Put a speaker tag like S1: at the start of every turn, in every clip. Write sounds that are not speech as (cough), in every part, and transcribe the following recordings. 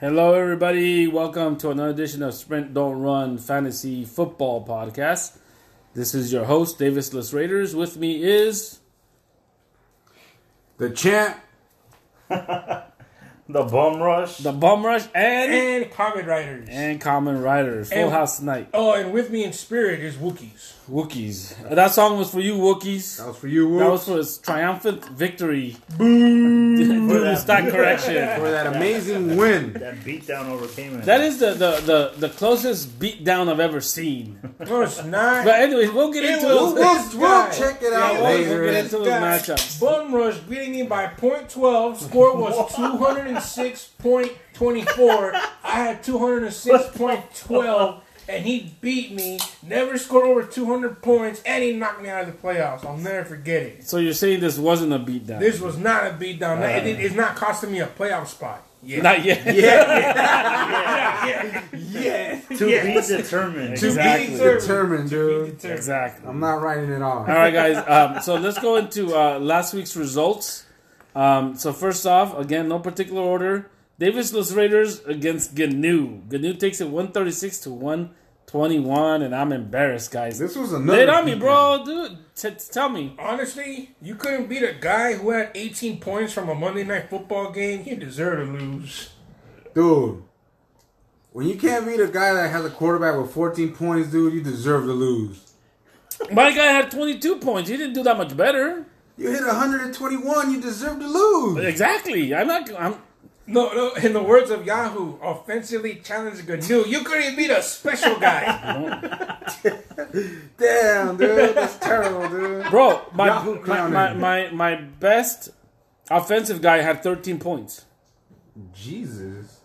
S1: Hello, everybody. Welcome to another edition of Sprint Don't Run Fantasy Football Podcast. This is your host, Davis Les Raiders. With me is
S2: The champ
S3: The bum rush.
S1: the Bum Rush and
S4: and Common Riders.
S1: and Common Riders. Full
S4: And-
S1: House Night.
S4: oh, and with me in spirit is Wookiees.
S1: Wookiees. That song was for you, Wookiees.
S2: That was for you, Woo.
S1: That was for his triumphant victory. (laughs) Boom! Due to stock correction.
S2: for that amazing win.
S3: that beatdown overcame it.
S1: That is the, the, the, the closest beatdown I've ever seen.
S4: No,
S1: (laughs)
S4: it's not.
S1: But anyways, we'll get
S4: It
S1: into
S4: was-
S2: We'll, we'll, we'll check it out
S1: We'll get
S2: later.
S1: into those matchups.
S4: Bum Rush beating me by .12. Score was
S2: (laughs)
S4: 206.24. I had 206.12. And he beat me, never scored over 200 points, and he knocked me out of the playoffs. I'll never forget it.
S1: So you're saying this wasn't a beatdown?
S4: This was not a beatdown. It- it- it's not costing me a playoff spot. Yeah.
S1: Uh, Not yet.
S3: to
S2: (laughs)
S3: be determined.
S4: To
S1: Exactly.
S4: be determined.
S2: Determined, dude.
S1: (laughs)
S4: Determined.
S1: Exactly.
S2: I'm not writing it off.
S1: All right, guys. Um, so let's go into uh, last week's results. Um, so first off, again, no particular order. Davis Los Raiders against Gnu. Gnu takes it 136 to 121, and I'm embarrassed, guys.
S2: This was
S1: Lay
S2: another.
S1: it on me,
S2: beatdown.
S1: bro. Dude, t- t- tell me.
S4: Honestly, you couldn't beat a guy who had 18 points from a Monday night football game. You deserve to lose.
S2: Dude, when you can't beat a guy that has a quarterback with 14 points, dude, you deserve to lose.
S1: My guy had 22 points. He didn't do that much better.
S2: You hit 121, you deserve to lose.
S1: Exactly. I'm not. I'm.
S4: No, no. In the words of Yahoo, offensively challenged Gnu, you couldn't beat a special
S1: (laughs)
S4: guy.
S2: Damn, dude. That's terrible, dude.
S1: Bro, my
S2: Yahoo
S1: my,
S2: clowning.
S1: my my my best offensive guy had 13 points.
S2: Jesus.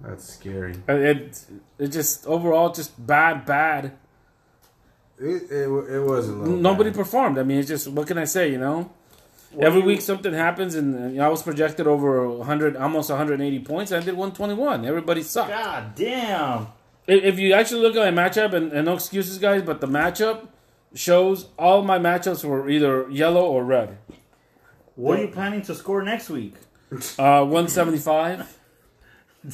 S2: That's scary.
S1: Uh, It it just overall just bad bad.
S2: It, it, it wasn't. low,
S1: Nobody
S2: man.
S1: performed. I mean, it's just what can I say? You know, every week something happens, and, and I was projected over 100, almost 180 points. I did 121. Everybody sucked.
S3: God damn.
S1: If if you actually look at my matchup, and, and no excuses, guys, but the matchup shows all my matchups were either yellow or red.
S3: What are you planning to score next week?
S1: Uh, 175.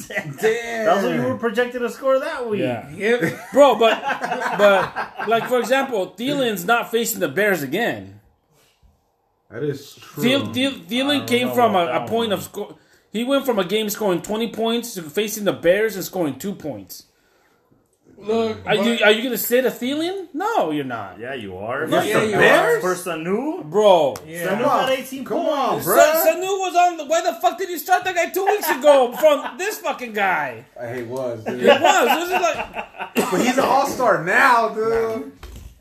S2: Damn.
S3: That's what you were projected to score that week.
S1: Yeah,
S4: yep.
S1: bro, but but like for example, Thielen's not facing the Bears again.
S2: That is true.
S1: Thiel, Thiel, Thielen
S3: don't
S1: came
S3: know
S1: from
S3: about
S1: a, a
S3: that
S1: point
S3: one.
S1: of score. He went from a game scoring 20 points to facing the Bears and scoring two points.
S4: Look,
S1: Are
S4: but-
S1: you are you gonna sit a Thielen? No, you're not,
S3: Yeah, you are.
S4: Yeah, yeah, you
S2: Bears?
S3: First a new.
S1: bro.
S4: Yeah.
S3: Sanu got 18
S2: Come
S3: points.
S2: on,
S1: Sa-
S2: bro.
S1: Sanu was on the. Why the fuck did you start that guy two weeks ago from this fucking guy?
S2: Hey, it was, dude.
S1: It was. This is like,
S2: (laughs) But he's an all star now, dude.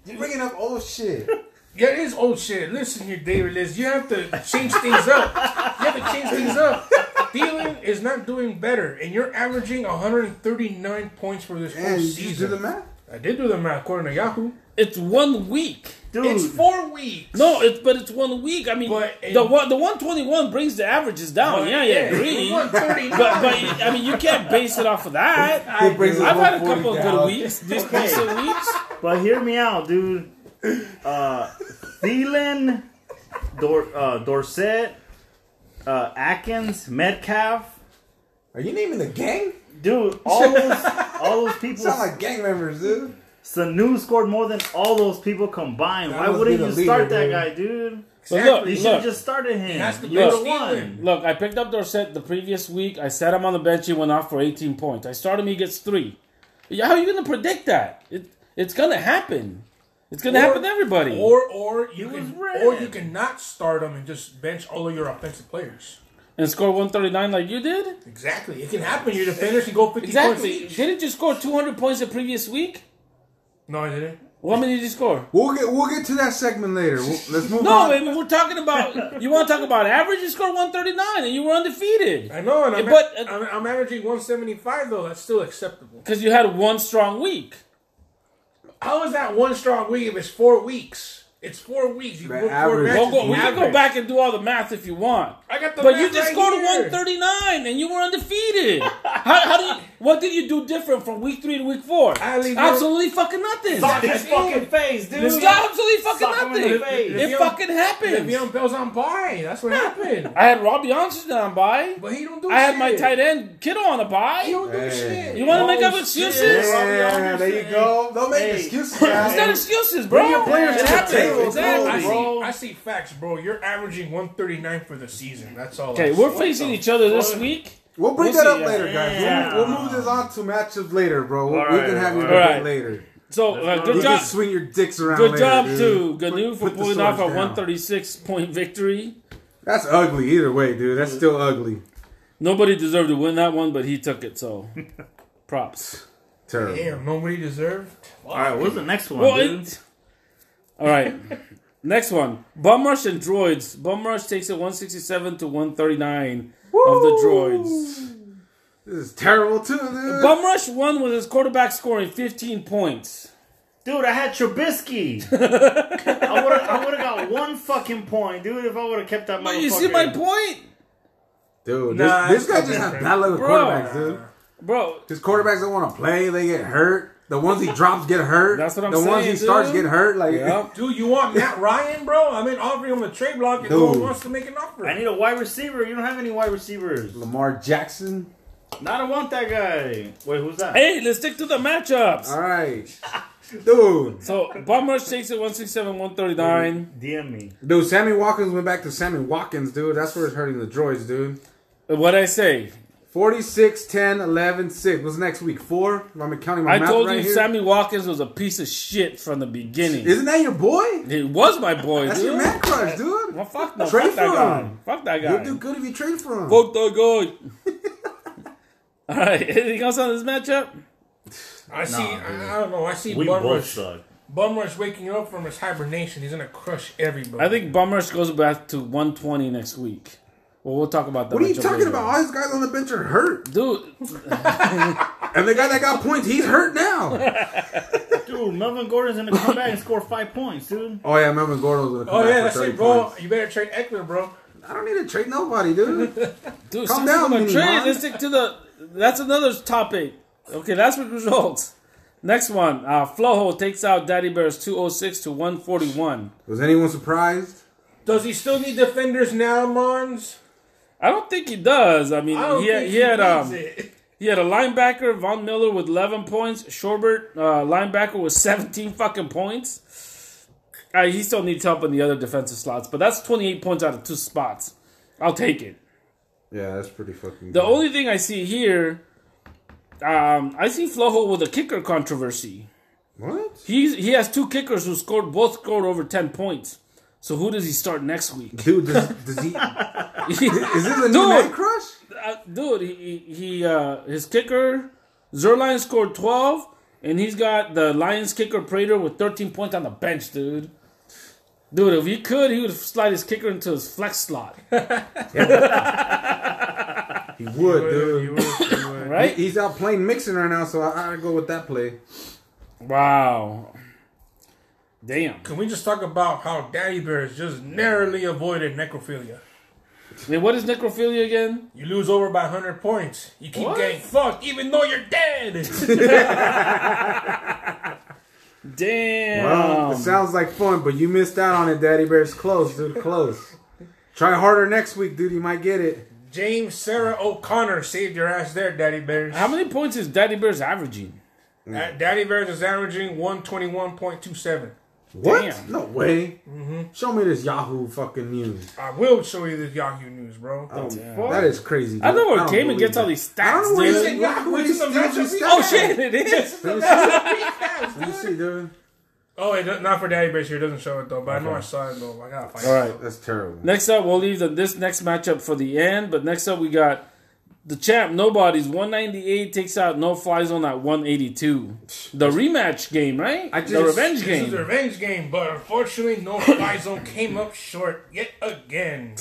S2: You're bringing up old shit.
S1: Oh,
S4: Yeah, it is old shit. Listen here, David Liz. You have to change things up. You have to change things up. Thielen is not doing better, and you're averaging 139 points for this whole
S2: And you just do
S4: season.
S2: the math.
S4: I did do the math according to Yahoo.
S1: it's one week.
S3: Dude,
S4: It's four weeks.
S1: No, it's but it's one week. I mean,
S4: But-
S1: the one the one twenty one brings the averages down. yeah, yeah, agree.
S4: One
S1: but
S4: thirty.
S1: but I mean, you can't base it off of that.
S2: It brings us
S1: I've had a
S2: 140
S1: couple of
S2: down.
S1: good weeks. These
S3: Okay.
S1: recent weeks.
S3: but hear me out, dude. Uh, Thielen, Dor- uh, Dorset, uh, Atkins, Metcalf.
S2: Are you naming the gang?
S3: Dude, all those, all those
S2: (laughs)
S3: people
S2: Sound like gang
S1: (laughs)
S2: members, dude.
S3: Sanu scored more than all those people combined.
S2: That
S3: Why
S2: must
S3: wouldn't
S2: be
S3: you
S2: the leader,
S3: start that
S2: dude.
S3: guy, dude?
S1: But
S4: Exactly.
S1: look,
S3: You should
S1: Oh, look,
S3: have just started him.
S4: That's the
S3: you would've won.
S4: biggest
S1: look, I picked up Dorset the previous week. I sat him on the bench. He went off for 18 points. I started him. He gets three. Yeah, How are you going to predict that? It, it's going to happen. It's going to
S4: Or-
S1: happen to everybody.
S4: Or or you
S3: was
S4: can
S3: red.
S4: or you cannot start them and just bench all of your offensive players.
S1: and score 139 like you did?
S4: Exactly, it can happen. Your defenders can go fifty
S1: Exactly.
S4: points each.
S1: Didn't you score 200 points the previous week?
S4: No, I didn't.
S1: Well, How many did you score?
S2: We'll get we'll get to that segment later. We'll- let's move
S1: No,
S2: on.
S1: I mean, we're talking
S4: (laughs)
S1: about. You want to talk about average? You scored 139 and you were undefeated.
S4: I know, and I'm,
S1: But,
S4: but,
S1: uh,
S4: I'm, I'm averaging one seventy five though. That's still acceptable.
S1: Because you had one strong week.
S4: How is that one strong week if it's four weeks? It's four weeks. You
S2: The
S4: work four
S2: average.
S4: matches.
S1: We'll go, we can
S4: Average.
S1: go back and do all the math if you want.
S4: I got the
S1: But
S4: math
S1: you just
S4: right
S1: scored
S4: here.
S1: 139 and you were undefeated. (laughs) how, how do you? What did you do different from week three to week four?
S4: I leave
S1: Absolutely fucking nothing.
S5: Sock his
S4: That's it.
S5: fucking face, dude.
S1: It's not absolutely fucking
S5: Sock him in
S1: nothing.
S5: the face.
S1: It
S4: Le'Veon-
S1: fucking happens.
S4: Le'Veon Bell's on bye.
S1: (laughs)
S4: That's what happened.
S1: I had Robbie Anderson on by.
S4: But he don't do
S1: I
S4: shit.
S1: had my tight end Kittle on a
S4: He
S1: buy.
S4: don't do
S2: Hey.
S4: shit.
S1: You want to make up
S5: Oh,
S1: excuses?
S5: shit.
S2: Yeah, there you go. Don't make
S5: Hey.
S1: (laughs)
S2: excuses,
S1: It's not
S2: guys.
S1: excuses, bro.
S2: Bring your players
S1: It
S2: to the
S1: happens.
S2: table,
S4: I
S1: Exactly.
S4: see,
S2: bro.
S4: I see facts, bro. You're averaging 139 for the season. That's all.
S1: Okay,
S4: I
S1: we're
S4: see.
S1: facing each other this week.
S2: We'll bring
S1: We'll
S2: that
S1: see,
S2: up
S1: yeah.
S2: later, guys.
S3: Yeah.
S2: We'll, we'll move this on to matchups later, bro. We'll,
S3: All
S2: we
S3: right,
S2: can have you
S3: all
S2: debate
S1: right.
S2: later.
S1: So uh,
S2: You
S1: good
S2: can
S1: job,
S2: swing your dicks around.
S1: good
S2: later,
S1: job to
S2: dude.
S1: Ganu
S2: Put-
S1: for
S2: put the
S1: pulling off a
S2: swords down.
S1: 136 point victory.
S2: That's ugly either way, dude. That's still ugly.
S1: Nobody deserved to win that one, but he took it.
S3: (laughs)
S1: So, props.
S2: Terrible.
S4: Damn, nobody deserved.
S3: All right, what's the next one,
S1: Well,
S3: dude?
S1: it- all right. Next one, Bum Rush and Droids. Bum Rush takes it 167 to 139 of the Droids.
S2: This is terrible too, dude.
S1: Bum Rush won with his quarterback scoring 15 points.
S3: Dude, I had
S1: (laughs)
S3: Trubisky. I would have I would have got one fucking point, dude, if I would have kept that
S1: But
S3: motherfucker.
S1: you see my point,
S2: Dude,
S4: Nah,
S2: this, this guy
S4: that's
S2: just has
S4: different.
S2: bad luck with
S1: Bro.
S2: quarterbacks, dude.
S1: bro.
S2: His quarterbacks don't want to play. They get hurt. The ones he drops get hurt.
S1: That's what I'm
S2: the The ones he
S1: saying,
S2: starts
S1: dude.
S2: get hurt. Like,
S1: Yep.
S4: Dude, you want Matt
S1: (laughs)
S4: Ryan, bro? I'm in offering him the trade block, and
S2: Dude.
S4: no one wants to make an offer.
S3: I need a wide receiver. You don't have any wide
S2: (laughs)
S3: receivers.
S2: Lamar Jackson.
S3: No, I don't want that guy. Wait, who's that?
S1: Hey, let's stick to the matchups. (laughs)
S2: All right, dude.
S1: So Bum Rush takes it 167
S2: Mm-hmm.
S1: 139.
S3: DM me.
S2: Dude, Sammy Watkins went back to Sammy Watkins, dude. That's where it's hurting the droids, dude.
S1: What I say?
S2: 46, 10, 11, 6. What's next week? Four? If I'm counting my
S1: I
S2: math
S1: told
S2: right
S1: you
S2: here.
S1: Sammy Watkins was a piece of shit from the beginning.
S2: Isn't that your boy?
S1: He was my boy,
S2: That's
S1: dude.
S2: your man crush, dude.
S1: Well, Oh, fuck no.
S2: Trade
S1: fuck that
S2: for
S1: guy.
S2: him.
S1: Fuck that guy.
S2: You'll do good if you trade for him.
S1: Fuck that guy. (laughs) All right. Anything else on this matchup?
S4: I see. I, I don't know. I see
S3: We
S4: Bum
S3: both
S4: Rush.
S3: suck.
S4: Bum Rush waking up from his hibernation. He's gonna crush everybody.
S1: I think Bumrush goes back to 120 next week. Well, we'll talk about that.
S2: what are you
S1: matchup
S2: talking
S1: later.
S2: about? All these guys on the bench are hurt.
S1: Dude,
S2: And the guy that got points, he's hurt
S1: (laughs)
S2: now.
S3: Dude, Melvin Gordon's gonna come back and score five points, dude.
S2: oh, yeah, Melvin Gordon's going to come
S4: Oh
S2: back
S4: yeah,
S2: for
S4: that's
S2: 30
S4: it, bro.
S2: points.
S4: You better trade Eckler, bro.
S2: I don't need to trade nobody,
S1: (laughs)
S2: dude.
S1: dude,
S2: Calm
S1: calm
S2: down,
S1: down,
S2: Mini
S1: trade.
S2: Mon.
S1: Let's stick to the. That's another topic. Okay, that's what results. Next one. Uh, Flojo takes out Daddy Bears 206 to 141.
S2: Was anyone surprised?
S4: Does he still need defenders now, Mons?
S1: I don't think he does. I mean,
S4: I don't
S1: he, had-
S4: think
S1: he had
S4: needs
S1: um,
S4: it.
S1: He had a linebacker, Von Miller, with 11 points. Shorbert, uh, linebacker, with 17 fucking points. Uh, he still needs help in the other defensive slots, but that's 28 points out of two spots. I'll take it.
S2: Yeah, that's pretty fucking
S1: The only thing I see here, um, I see Flojo with a kicker controversy.
S2: What?
S1: He's, he has two kickers who scored both scored over 10 points. So who does he start next week?
S2: Dude, does, does he... (laughs) Is this
S1: (laughs)
S2: a new
S1: Dude.
S2: man crush?
S1: uh, dude, he, he he, uh, his kicker Zerline scored twelve, and he's got the Lions kicker Prater with thirteen points on the bench, dude. Dude, if he could, he would slide his kicker into his flex
S4: (laughs)
S1: slot,
S2: He would, dude.
S1: um, right?
S2: He's out playing mixing right now, so I, I go with that play.
S1: Wow, damn,
S4: (laughs) Can we just talk about how Daddy Bears just narrowly avoided necrophilia?
S1: and what is necrophilia again?
S4: You lose over by 100 points. You keep getting fucked even though you're dead.
S1: (laughs) Damn,
S2: Well, it sounds like fun, but you missed out on it, Daddy Bear's close, dude. Close. Try harder next week, dude. You might get it.
S4: James Sarah O'Connor saved your ass there, Daddy Bears.
S1: how many points is Daddy Bears averaging?
S4: Uh, Daddy Bears is averaging 121.27.
S2: What?
S1: Damn. Mm-hmm.
S2: No way. Show me this Yahoo fucking news.
S4: I will show you this Yahoo News, bro.
S2: Oh, that is crazy. Dude.
S1: I know where
S2: don't
S1: Cayman
S2: believe
S1: gets
S2: that.
S1: all these
S2: I don't
S1: stats,
S2: know where
S1: dude.
S2: he-
S4: dude.
S2: where- where he
S4: It's in the
S2: steals
S4: matchup
S2: his
S4: we
S2: stats
S1: Oh
S4: got.
S2: from.
S1: shit,
S2: (laughs)
S1: it is.
S2: Let me see. Let me see, dude.
S4: (laughs) Oh, it does, not for Daddy Bears here. It doesn't show it, though. But I know I saw it, though. I gotta find
S1: All
S4: it.
S1: right.
S2: That's terrible.
S1: Next up, we'll leave the, this next matchup for the end. But next up, we got the champ, Nobody's 198 takes out No Fly Zone at 182. The rematch game, right?
S2: I
S1: the
S2: just-
S1: revenge
S4: This is a
S1: game.
S4: revenge game, but
S1: (coughs)
S4: unfortunately, no fly zone came up short yet again.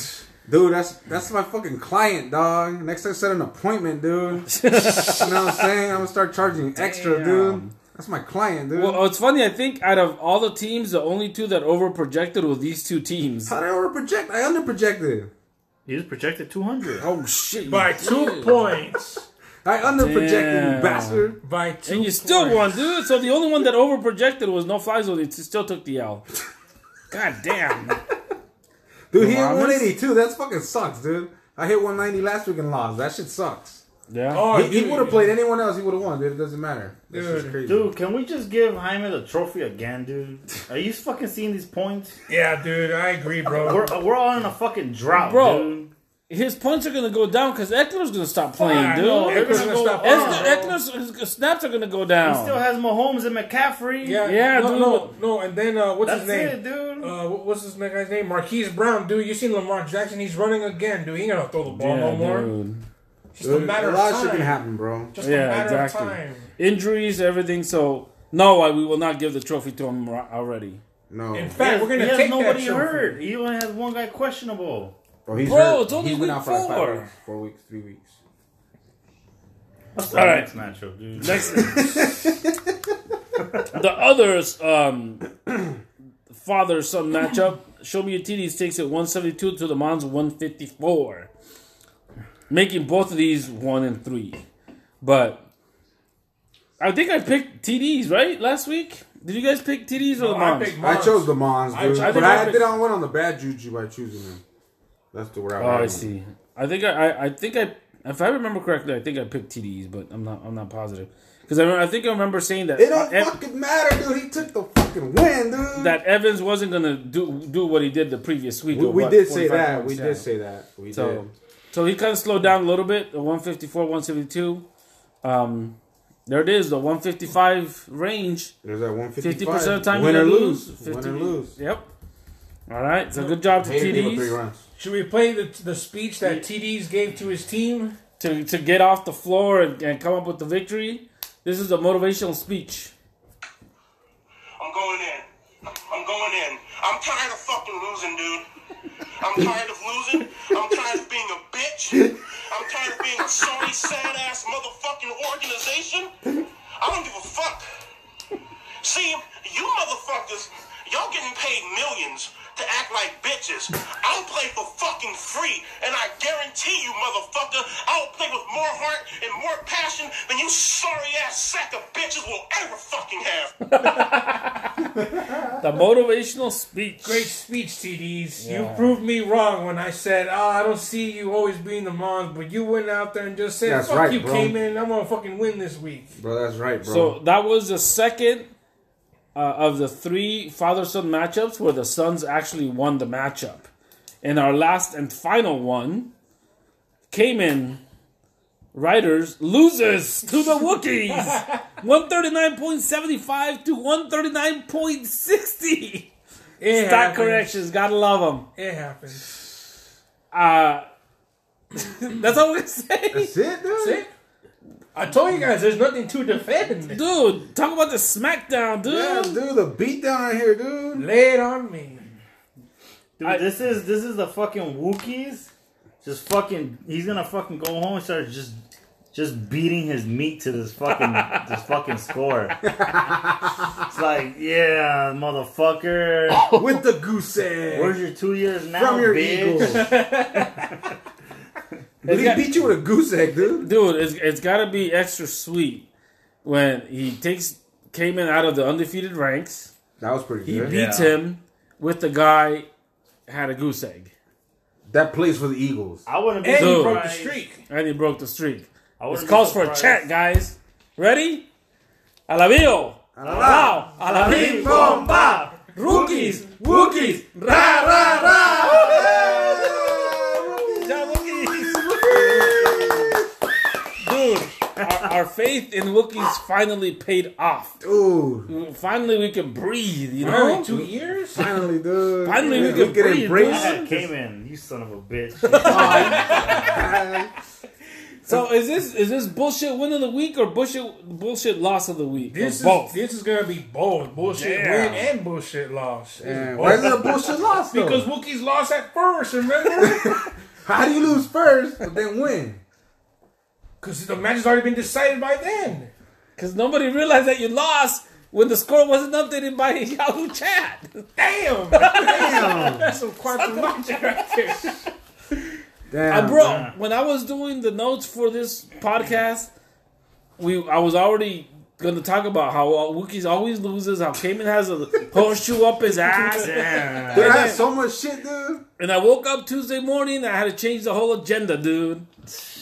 S2: Dude, that's that's my fucking client, dog. Next I set an appointment, dude. (laughs) you know what I'm saying? I'm gonna start charging extra, dude. That's my client, dude.
S1: Well, uh, oh, it's funny. I think out of all the teams, the only two that overprojected were these two teams.
S2: How did I overproject? I underprojected.
S3: He was projected 200.
S1: Oh shit!
S4: By
S1: you
S4: two
S1: did.
S4: points.
S2: I underprojected,
S1: Damn.
S2: you bastard.
S4: By two
S1: And you still
S4: points.
S1: won, dude. So the only one that overprojected was no flies, so they still took the L. God damn.
S2: Dude, he hit
S1: Bahamas?
S2: 182. That fucking sucks, dude. I hit 190 last week and lost. That shit sucks.
S1: Yeah.
S4: Oh,
S2: he
S4: dude.
S2: would have played anyone else. He would have won. Dude, it doesn't matter. That
S4: Dude.
S2: shit's crazy.
S3: Dude, can we just give Jaime the trophy again, dude? Are you fucking seeing these points?
S4: Yeah, dude, I agree, bro.
S3: We're, uh, we're all in a fucking drought,
S1: Bro.
S3: dude.
S1: His points are gonna go down because Eckler's gonna stop playing,
S4: I
S1: dude.
S4: know,
S1: Eckler's
S4: Eckler's
S1: gonna
S4: gonna
S1: go-
S4: stop
S1: Eckler-
S4: playing, bro.
S1: Eckler's his snaps are gonna go
S3: He
S1: down.
S3: still has Mahomes and McCaffrey.
S4: yeah,
S1: Yeah,
S4: no,
S1: dude.
S4: no, no. And then uh, what's
S3: that's
S4: his name?
S3: it, dude.
S4: Uh, what- what's this guy's name? Marquise Brown, dude. You seen Lamar Jackson? He's running again, dude. He ain't gonna throw the ball
S1: yeah,
S4: no more.
S1: dude.
S4: Just
S2: Dude,
S4: a
S2: a
S4: matter
S2: lot
S4: of
S2: of
S4: time.
S2: shit can happen, bro.
S4: Just
S1: Yeah,
S4: a matter
S1: exactly.
S4: of time.
S1: Injuries, everything. So no, I, we will not give the trophy to him ra- already.
S2: No,
S4: In
S3: He
S4: fact,
S3: has-
S4: we're
S3: he
S4: gonna
S3: has
S4: take
S3: nobody
S4: that trophy.
S3: hurt. He only has one guy questionable.
S2: bro, he's
S1: Bro,
S2: hurt.
S1: it's only
S2: he's
S1: week
S2: been out for like
S1: four.
S2: five weeks, four weeks, three weeks.
S3: That's
S1: All right.
S3: next matchup, dude.
S1: Next, the others um, father son matchup. Show me your TDs takes it 172 to the Mons 154, making both of these one and three. But I think I picked TDs right last week. Did you guys pick TDs or the
S4: I
S1: Mons?
S4: picked
S2: I chose the Mons,
S4: I-
S2: dude.
S4: I think
S2: but
S1: I
S2: I,
S1: picked-
S2: did on went on the bad juju by choosing him. That's the word I
S1: Oh, I
S2: went.
S1: see. I think I, I, I think I, if I remember correctly, I think I picked TDs, but I'm not, I'm not positive because I, remember, I think I remember saying that
S2: It don't
S1: uh, Ev-
S2: fucking matter, dude. He took the fucking win, dude.
S1: that Evans wasn't gonna do do what he did the previous week.
S2: we,
S1: or
S2: we
S1: what,
S2: did say
S1: 45
S2: that.
S1: points,
S2: We
S1: yeah.
S2: did say that. We
S1: so.
S2: did.
S1: So he kind of slowed down a little bit, the 154, 172. Um, there it is, the 155 range.
S2: There's that
S1: Fifty
S2: 155.
S1: percent of the time,
S2: win
S1: you're
S2: or
S1: gonna
S2: lose, win
S1: 50
S2: or lose.
S1: Yep. All right. So good job to
S2: Hated people three
S1: TDs
S2: runs.
S4: Should we play the, the speech that TDs gave to his team?
S1: to, to get off the floor and, and come up with the victory. This is a motivational speech.
S5: I'm going in. I'm going in. I'm tired of fucking losing, dude. I'm tired of losing. I'm tired of being a bitch. I'm tired of being a sorry, sad ass motherfucking organization. I don't give a fuck. See, you motherfuckers, y'all getting paid millions to act like bitches. I'll play for fucking free, and I guarantee you, motherfucker, I'll play with more heart and more passion than you sorry ass sack of bitches will ever fucking have.
S1: The motivational speech.
S4: Great speech, TDs.
S1: Yeah.
S4: You proved me wrong when I said, oh, I don't see you always being the Mons, but you went out there and just said,
S2: That's
S4: fuck
S2: right,
S4: you,
S2: bro.
S4: Cayman. I'm going to fucking win this week.
S2: Bro, that's right, bro.
S1: So that was the second uh, of the three father son matchups where the Suns actually won the matchup. And our last and final one, Cayman Riders loses to the Wookiees 139.75 to 139.60.
S4: It
S1: Stock
S4: happens.
S1: corrections, gotta love them.
S4: It happens.
S1: Uh, that's all we're saying.
S2: that's it, dude.
S4: See? I told you guys, there's nothing to defend.
S1: Dude, talk about the SmackDown, dude.
S2: Yeah, dude, the beatdown right here, dude.
S4: Lay it on me.
S3: Dude,
S1: I-
S3: this is this is the fucking Wookiees. Just fucking, he's gonna fucking go home and start just just beating his meat to this
S4: (laughs)
S3: fucking this fucking score. it's like, yeah,
S4: (laughs)
S3: motherfucker.
S2: With the goose egg.
S3: Where's your two years now,
S2: from your
S3: bitch?
S2: eagles. Dude, he
S1: got-
S2: beat you with a goose egg, dude.
S1: dude, it's, it's got to be extra sweet when he takes Cayman out of the undefeated ranks.
S2: That was pretty
S1: He
S2: good.
S1: beats
S3: Yeah.
S1: him with the guy had a goose egg,
S2: That plays for the Eagles.
S3: I wouldn't be
S4: And you
S1: Dude.
S4: broke the
S3: surprised.
S4: streak.
S1: and he broke the streak.
S3: I wouldn't
S1: This
S3: be
S1: calls for a
S3: surprised.
S1: chat, guys. Ready? Alabio! Alabao! Alabim! Bomba! Rookies! Wookies! Ra ra ra! Dude, our, our faith in Wookiees finally paid off.
S2: Ooh,
S1: Finally, we can breathe. You know,
S4: Only two years?
S2: finally, dude.
S1: Finally, we
S2: Yeah,
S1: can
S2: we can
S1: breathe,
S2: embrace
S1: dude.
S2: it.
S3: Yeah, Cayman, you son of a bitch.
S1: so is this is this bullshit win of the week or bullshit bullshit loss of the week? Or
S4: This is,
S1: both.
S4: this is gonna be both bullshit
S1: Yeah.
S4: win and bullshit loss. It's
S2: Man,
S4: both.
S2: Why is it a bullshit loss, though?
S4: Because Wookiees lost at first, (laughs) remember?
S2: How do you lose first, but then win?
S4: Because the match has already been decided by then.
S1: Because nobody realized that you lost when the score wasn't updated by (laughs) Yahoo Chat.
S4: Damn! (laughs)
S2: Damn.
S4: That's some quantum logic right there.
S2: Damn,
S1: I, bro,
S2: Oh, man.
S1: when I was doing the notes for this podcast, we I was already going to talk about how uh, Wookiees always loses, how Cayman has a horseshoe up his
S3: (laughs)
S1: ass.
S3: (laughs) Damn.
S2: Dude, I had
S1: then-
S2: so much shit, dude.
S1: And I woke up Tuesday morning, I had to change the whole agenda, dude.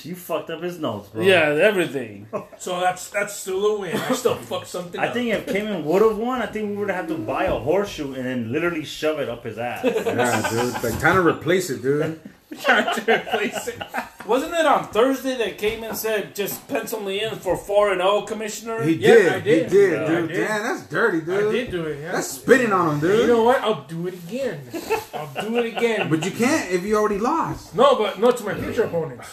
S3: You fucked up his notes, bro.
S1: Yeah, everything.
S4: So that's that's still a win. I (laughs) still fucked something
S3: I
S4: up.
S3: think if Cayman would have won, I think we would have had to buy a horseshoe and then literally shove it up his (laughs) ass.
S2: Yeah, dude. Like trying to replace it, dude.
S4: tried to replace it.
S1: Wasn't it on Thursday that Cayman said just pencil me in for four and O commissioner?
S2: He
S4: Yeah,
S2: did.
S4: I
S2: He
S4: did.
S2: did,
S4: Yeah, I
S2: dude.
S4: did.
S2: Damn, that's dirty,
S4: I
S2: dude.
S4: did do it. Yeah.
S2: That's spitting on him, dude.
S4: you know what? I'll do it again. I'll do it again.
S2: but you can't if you already lost.
S4: no, but no to my future opponents.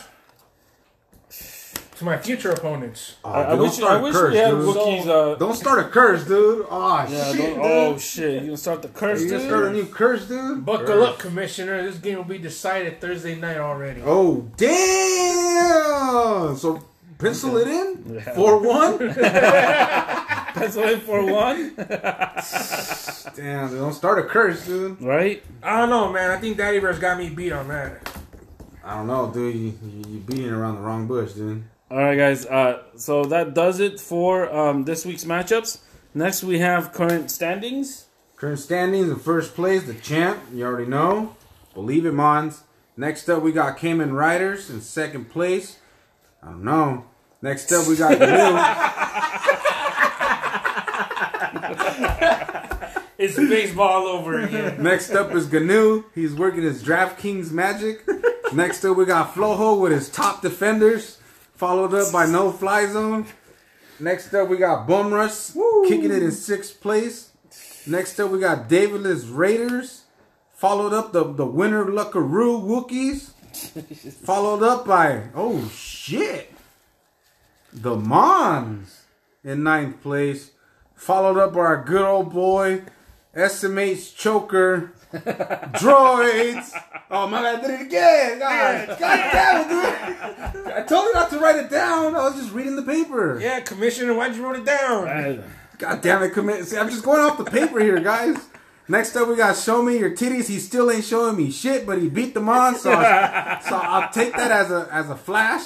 S4: To my future opponents.
S2: Oh,
S1: I, I
S2: dude, don't
S1: wish,
S2: start
S1: I
S2: a
S1: wish
S2: curse,
S1: we had
S2: dude.
S1: Wookiees. Uh,
S2: Don't start a curse, dude. Oh
S1: yeah,
S2: shit,
S1: don't-
S2: dude.
S1: oh, shit. You gonna start the curse,
S2: you just
S1: dude? (laughs)
S2: started a new curse, dude.
S4: Buckle up, Commissioner. This game will be decided Thursday night already.
S2: Oh damn! So pencil it in for one.
S1: Pencil in
S2: (laughs)
S1: for one?
S2: Damn, dude, don't start a curse, dude.
S1: Right?
S4: I don't know, man. I think Daddy Bear's got me beat on that.
S2: I don't know, dude. You, you, you beating around the wrong bush, dude.
S1: All right, guys. Uh, so that does it for um, this week's matchups. Next, we have current standings.
S2: Current standings in first place, the champ. You already know. Believe it, Mons. Next up, we got Cayman Riders in second place. I don't know. Next up,
S1: (laughs)
S2: we got Gnu.
S1: It's baseball over again.
S2: (laughs) Next up is Gnu. He's working his DraftKings magic. Next up, we got Floho with his top defenders, followed up by No Fly Zone. Next up, we got Bum Rush kicking it in sixth place. Next up, we got Davidless Raiders, followed up the the winner Luckaroo Wookiees. followed up by oh shit, the Mons in ninth place. Followed up by our good old boy, estimates choker, droids. Oh my god, I did it again! God, god damn it, dude! I told you not to write it down. I was just reading the paper.
S4: Yeah, Commissioner, why'd you wrote it down?
S2: God damn it, commit. See, I'm just going off the paper here, guys. Next up, we got Show Me Your Titties. He still ain't showing me shit, but he beat them on, so, I, so I'll take that as a as a flash.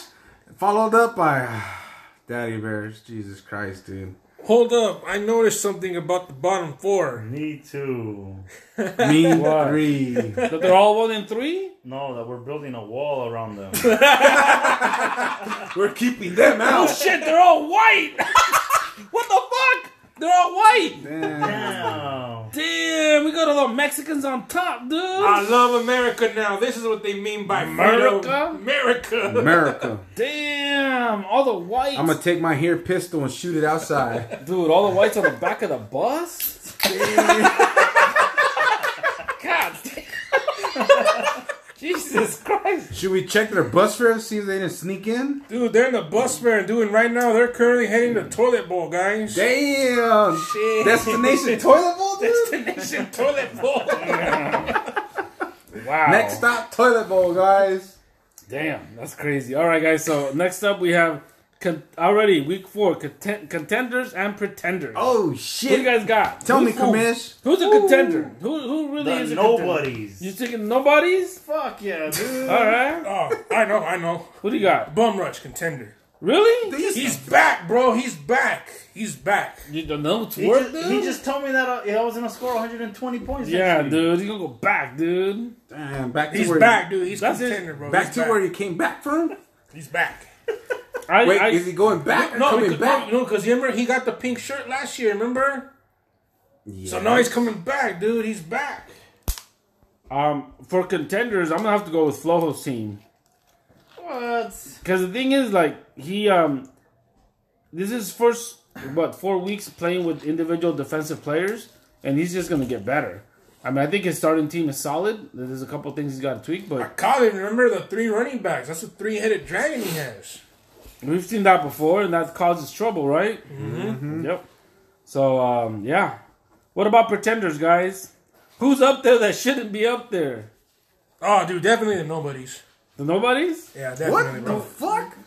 S2: Followed up by (sighs) Daddy Bears. Jesus Christ, dude.
S4: Hold up. I noticed something about the bottom four.
S3: Me too.
S2: Mean three.
S1: But they're all one and three?
S3: No, that we're building a wall around them.
S2: We're keeping them out.
S1: Shit, they're all white! what the fuck? They're all white!
S2: Damn.
S3: (laughs) Damn.
S1: Damn, we got all the Mexicans on top, dude.
S4: I love America now. This is what they mean by
S1: America?
S4: freedom. America. (laughs)
S2: America.
S1: Damn, all the whites.
S2: I'm gonna take my hair pistol and shoot it
S1: (laughs)
S2: outside.
S1: Dude, all the whites on the back of the
S2: (laughs)
S1: bus? (laughs) God damn. (laughs) Jesus Christ.
S2: Should we check their bus fare? See if they didn't sneak in.
S4: Dude, they're in the bus fare and doing right now. They're currently heading to toilet bowl, guys.
S2: Damn. Destination toilet bowl, dude.
S4: Destination toilet bowl.
S1: (laughs) Wow.
S2: Next stop, toilet bowl, guys.
S1: Damn, that's crazy. All right, guys. So next up, we have con- already week four content- contenders and pretenders.
S2: Oh
S1: Who you
S2: shit!
S1: guys got?
S2: Tell me,
S1: Who's- who-
S2: Kamish.
S1: Who's a contender? Who who really
S3: The
S1: is a contender? You
S3: nobodies.
S1: thinking nobodies?
S3: Fuck yeah, dude.
S1: All right.
S4: oh, I know, I know.
S1: Who do you got?
S4: Bum rush contender.
S1: Really?
S4: He's back, bro. He's back. He's back.
S1: You don't know it's
S3: He
S1: worth,
S3: just,
S1: dude.
S3: he just told me that I, I was gonna score 120 points. next
S1: yeah,
S3: week.
S1: dude. You gonna go back, dude?
S2: Damn, back to
S4: He's
S2: where
S4: back, dude. He's
S1: That's it.
S4: contender, bro.
S2: You, back
S4: He's
S2: to where you came back from.
S4: He's back.
S1: I,
S2: Wait,
S1: I,
S2: is he going back or
S4: No,
S2: coming
S4: because,
S2: back?
S4: no, because remember he got the pink shirt last year. Remember?
S2: Yeah.
S4: So now he's coming back, dude. He's back.
S1: um for contenders, I'm gonna have to go with Flojo's team.
S3: What?
S1: Because the thing is, like he um, this is first what four weeks playing with individual defensive players, and he's just gonna get better. I mean, I think his starting team is solid. There's a couple things he's got to tweak, but
S4: Colin, remember the three running backs? That's a three-headed dragon he has.
S1: we've seen that before, and that causes trouble, right? Mm-hmm. Yep. So um, yeah. What about pretenders, guys? Who's up there that shouldn't be up there?
S4: Oh, dude, definitely the nobodies.
S1: The nobodies.
S4: Yeah,
S2: what
S4: definitely,
S2: the
S4: bro.
S2: fuck?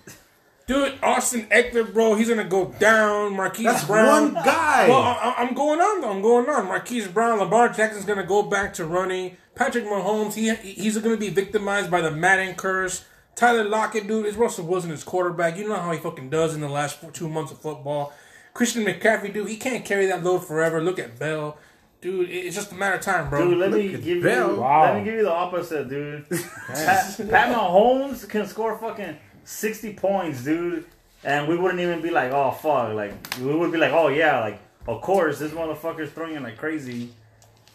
S4: Dude, Austin Eckler, bro, he's gonna go down. Marquise
S2: That's
S4: Brown.
S2: one guy.
S4: Well, uh, I, I- I'm going on. though. I'm going on. Marquise Brown, Lamar Jackson's gonna go back to running. Patrick Mahomes, he he's gonna be victimized by the Madden curse. Tyler Lockett, dude, it's Russell Wilson his quarterback. You know how he fucking does in the last four, two months of football. Christian McCaffrey, dude, he can't carry that load forever. Look at Bell, dude. it- It's just a matter of time, bro.
S3: Dude, let me
S2: Look at
S3: give
S2: Bell.
S3: you.
S1: Wow.
S3: Let me give you the opposite,
S2: (laughs)
S3: dude. Pat, Pat Mahomes can score fucking sixty points, dude, and we wouldn't even be like, oh fuck, like we would be like, oh yeah, like of course this motherfucker's throwing it like crazy.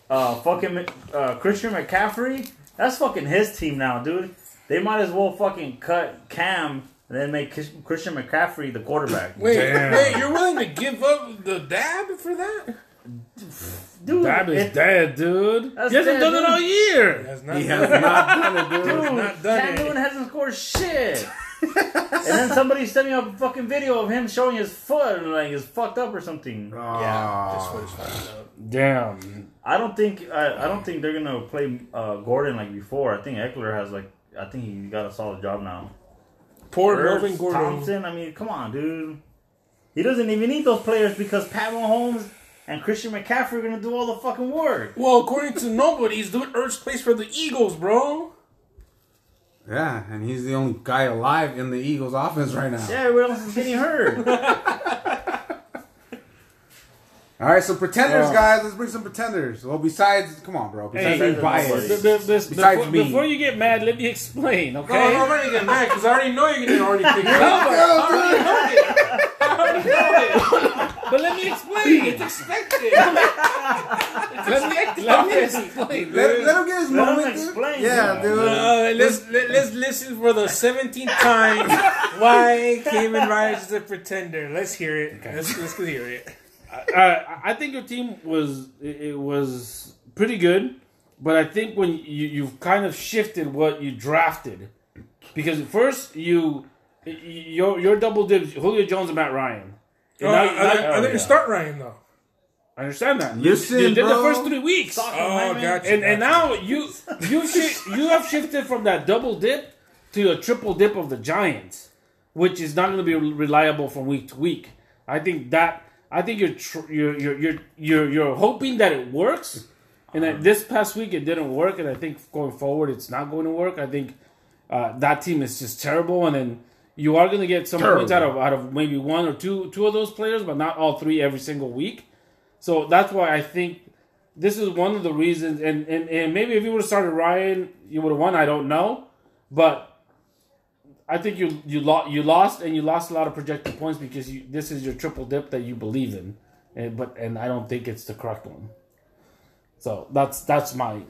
S3: Uh, fucking uh, Christian McCaffrey, that's fucking his team now, dude. They might as well fucking cut Cam and then make Kish- Christian McCaffrey the quarterback.
S4: wait,
S1: Damn.
S4: wait, you're willing to give up the dab for that?
S3: dude,
S1: That is
S3: it-
S1: dead, dude. He
S3: That's
S1: hasn't
S3: dead,
S1: done it
S3: dude.
S1: all year.
S4: That's not.
S2: He has not done it, dude.
S3: Dude,
S4: not done
S3: Cam
S4: it.
S3: Newton hasn't scored shit. and then somebody sent me a fucking video of him showing his foot and like it's fucked up or something.
S4: (laughs) Oh. Yeah,
S2: Aw.
S4: this one is fucked up.
S1: Damn.
S3: I don't think I, I don't think they're gonna play uh, Gordon like before. I think Eckler has like I think he got a solid job now.
S4: Poor
S3: Ertz,
S4: Melvin Gordon.
S3: Thompson, I mean, come on, dude. He doesn't even need those players because Pat Mahomes and Christian McCaffrey are gonna do all the fucking work.
S4: Well, according to nobody's, dude, Ertz plays for the Eagles, bro.
S2: Yeah, and he's the only guy alive in the Eagles offense right now.
S3: Yeah, everyone else is getting hurt.
S4: (laughs)
S2: All right, so pretenders,
S1: Oh.
S2: guys. Let's bring some pretenders. Well, besides, come on, bro. Besides
S1: Hey,
S2: being biased.
S1: The- the- this-
S2: Besides
S1: before,
S2: me.
S1: before you get mad, let me explain,
S4: No, Oh, I'm
S1: okay?
S4: already getting mad because I already know you're gonna already pick it up.
S2: Go, dude.
S1: But let me
S4: (laughs)
S1: explain. (laughs) It's expected. let, me, let me explain.
S2: Let, let him get his
S3: Let him
S2: moment, dude.
S3: explain,
S2: Yeah,
S3: man.
S2: dude.
S4: Uh, let's let, let's listen for the 17th time why Cayman Rise is a pretender. Let's hear it. Let's let's hear it.
S1: uh, I think your team was it it was pretty good, but I think when you you've kind of shifted what you drafted, because first you your your double dibs Julio Jones and Matt Ryan. And
S4: Oh,
S1: now-
S4: I,
S1: now-
S4: I, I
S1: oh,
S4: didn't
S1: yeah.
S4: start Ryan though.
S1: I understand that.
S2: Listen,
S1: you, you did
S2: bro.
S1: the first three weeks,
S4: Oh, gotcha.
S1: and and now you you shi you have shifted from that double dip to a triple dip of the Giants, which is not going to be reliable from week to week. I think that I think you're tr- you're, you're you're you're you're hoping that it works, and that this past week it didn't work, and I think going forward it's not going to work. I think uh, that team is just terrible, and then. You are going to get some points out of out of maybe one or two two of those players, but not all three every single week. So that's why I think this is one of the reasons, and, and, and maybe if you would have started Ryan, you would have won. I don't know, but I think you you lost you lost and you lost a lot of projected points because you, this is your triple dip that you believe in, and but and I don't think it's the correct one. So that's that's my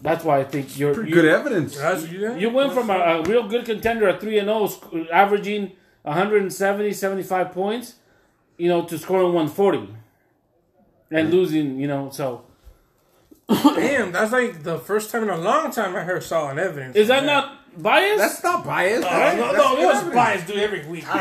S1: that's why I think you're
S2: Pretty
S1: you,
S2: good evidence.
S4: Guys, you there?
S1: you went from a, a real good contender at 3 and 0 sc- averaging 170 75 points, you know, to scoring 140 and losing, you know, so
S4: Damn, that's like the first time in a long time I heard solid evidence.
S1: Is that
S4: Yeah.
S1: not biased?
S2: That's not biased.
S4: No,
S2: right?
S4: no,
S2: That's
S4: no,
S2: good
S4: it was
S2: evidence.
S4: biased, dude. Every week.
S2: Nah,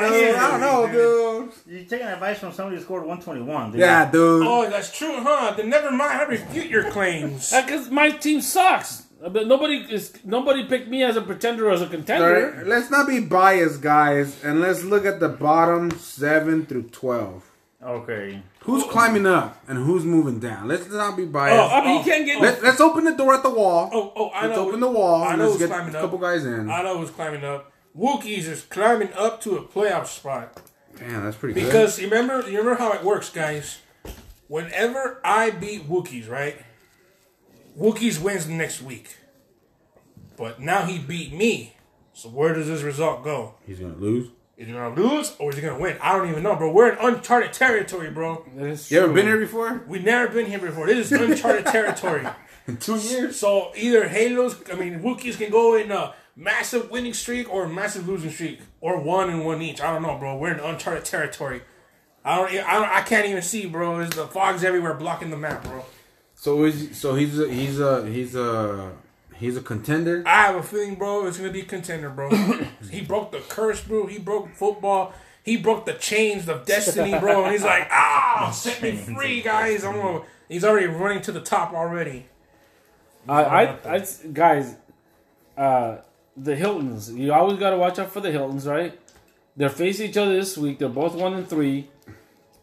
S2: dude. I don't know, dude.
S3: You're taking advice from somebody who scored 121, dude.
S2: Yeah, dude.
S4: Oh, that's true, huh? Then never mind. I refute your claims.
S1: because Uh, my team sucks. Uh, But nobody is nobody picked me as a pretender or as a
S2: All
S1: contender.
S2: right, let's not be biased, guys, and let's look at the bottom seven through twelve.
S3: Okay.
S4: Oh.
S2: Who's climbing up and who's moving down? Let's not be biased.
S1: I mean, he can't get.
S2: Let, let's open the door at the wall.
S4: Oh, oh, I
S2: let's
S4: know.
S2: open the wall
S4: I
S2: and
S4: know
S2: let's
S4: who's
S2: get a
S4: climbing up.
S2: couple guys in.
S4: I know who's climbing up. Wookiees is climbing up to a playoff spot
S2: Damn, that's pretty
S4: because remember, you remember how it works, guys. Whenever I beat Wookiees, right? Wookiees wins the next week, but now he beat me. So where does this result go?
S2: good. He's gonna lose.
S4: Is he gonna lose or is he gonna win? I don't even know, bro. We're in uncharted territory, bro.
S2: You ever been here before?
S4: We've never been here before. This is uncharted (laughs) territory.
S2: (laughs) In two years.
S4: So either Halos, I mean Wookiees can go in a massive winning streak or a massive losing streak or one and one each. I don't know, bro. We're in uncharted territory. I don't, I don't, I can't even see, bro. There's the fog's everywhere blocking the map, bro.
S2: So is so he's a, he's a he's a he's a contender.
S4: I have a feeling, bro. It's gonna be contender, bro. he broke the curse, bro. He broke football. He broke the chains of destiny, bro. And he's like, ah, set me free, guys. I'm gonna. He's already running to the top already.
S1: I, I, I- guys, uh, the Hiltons. You always got to watch out for the Hiltons, right? They're facing each other this week. They're both one and three.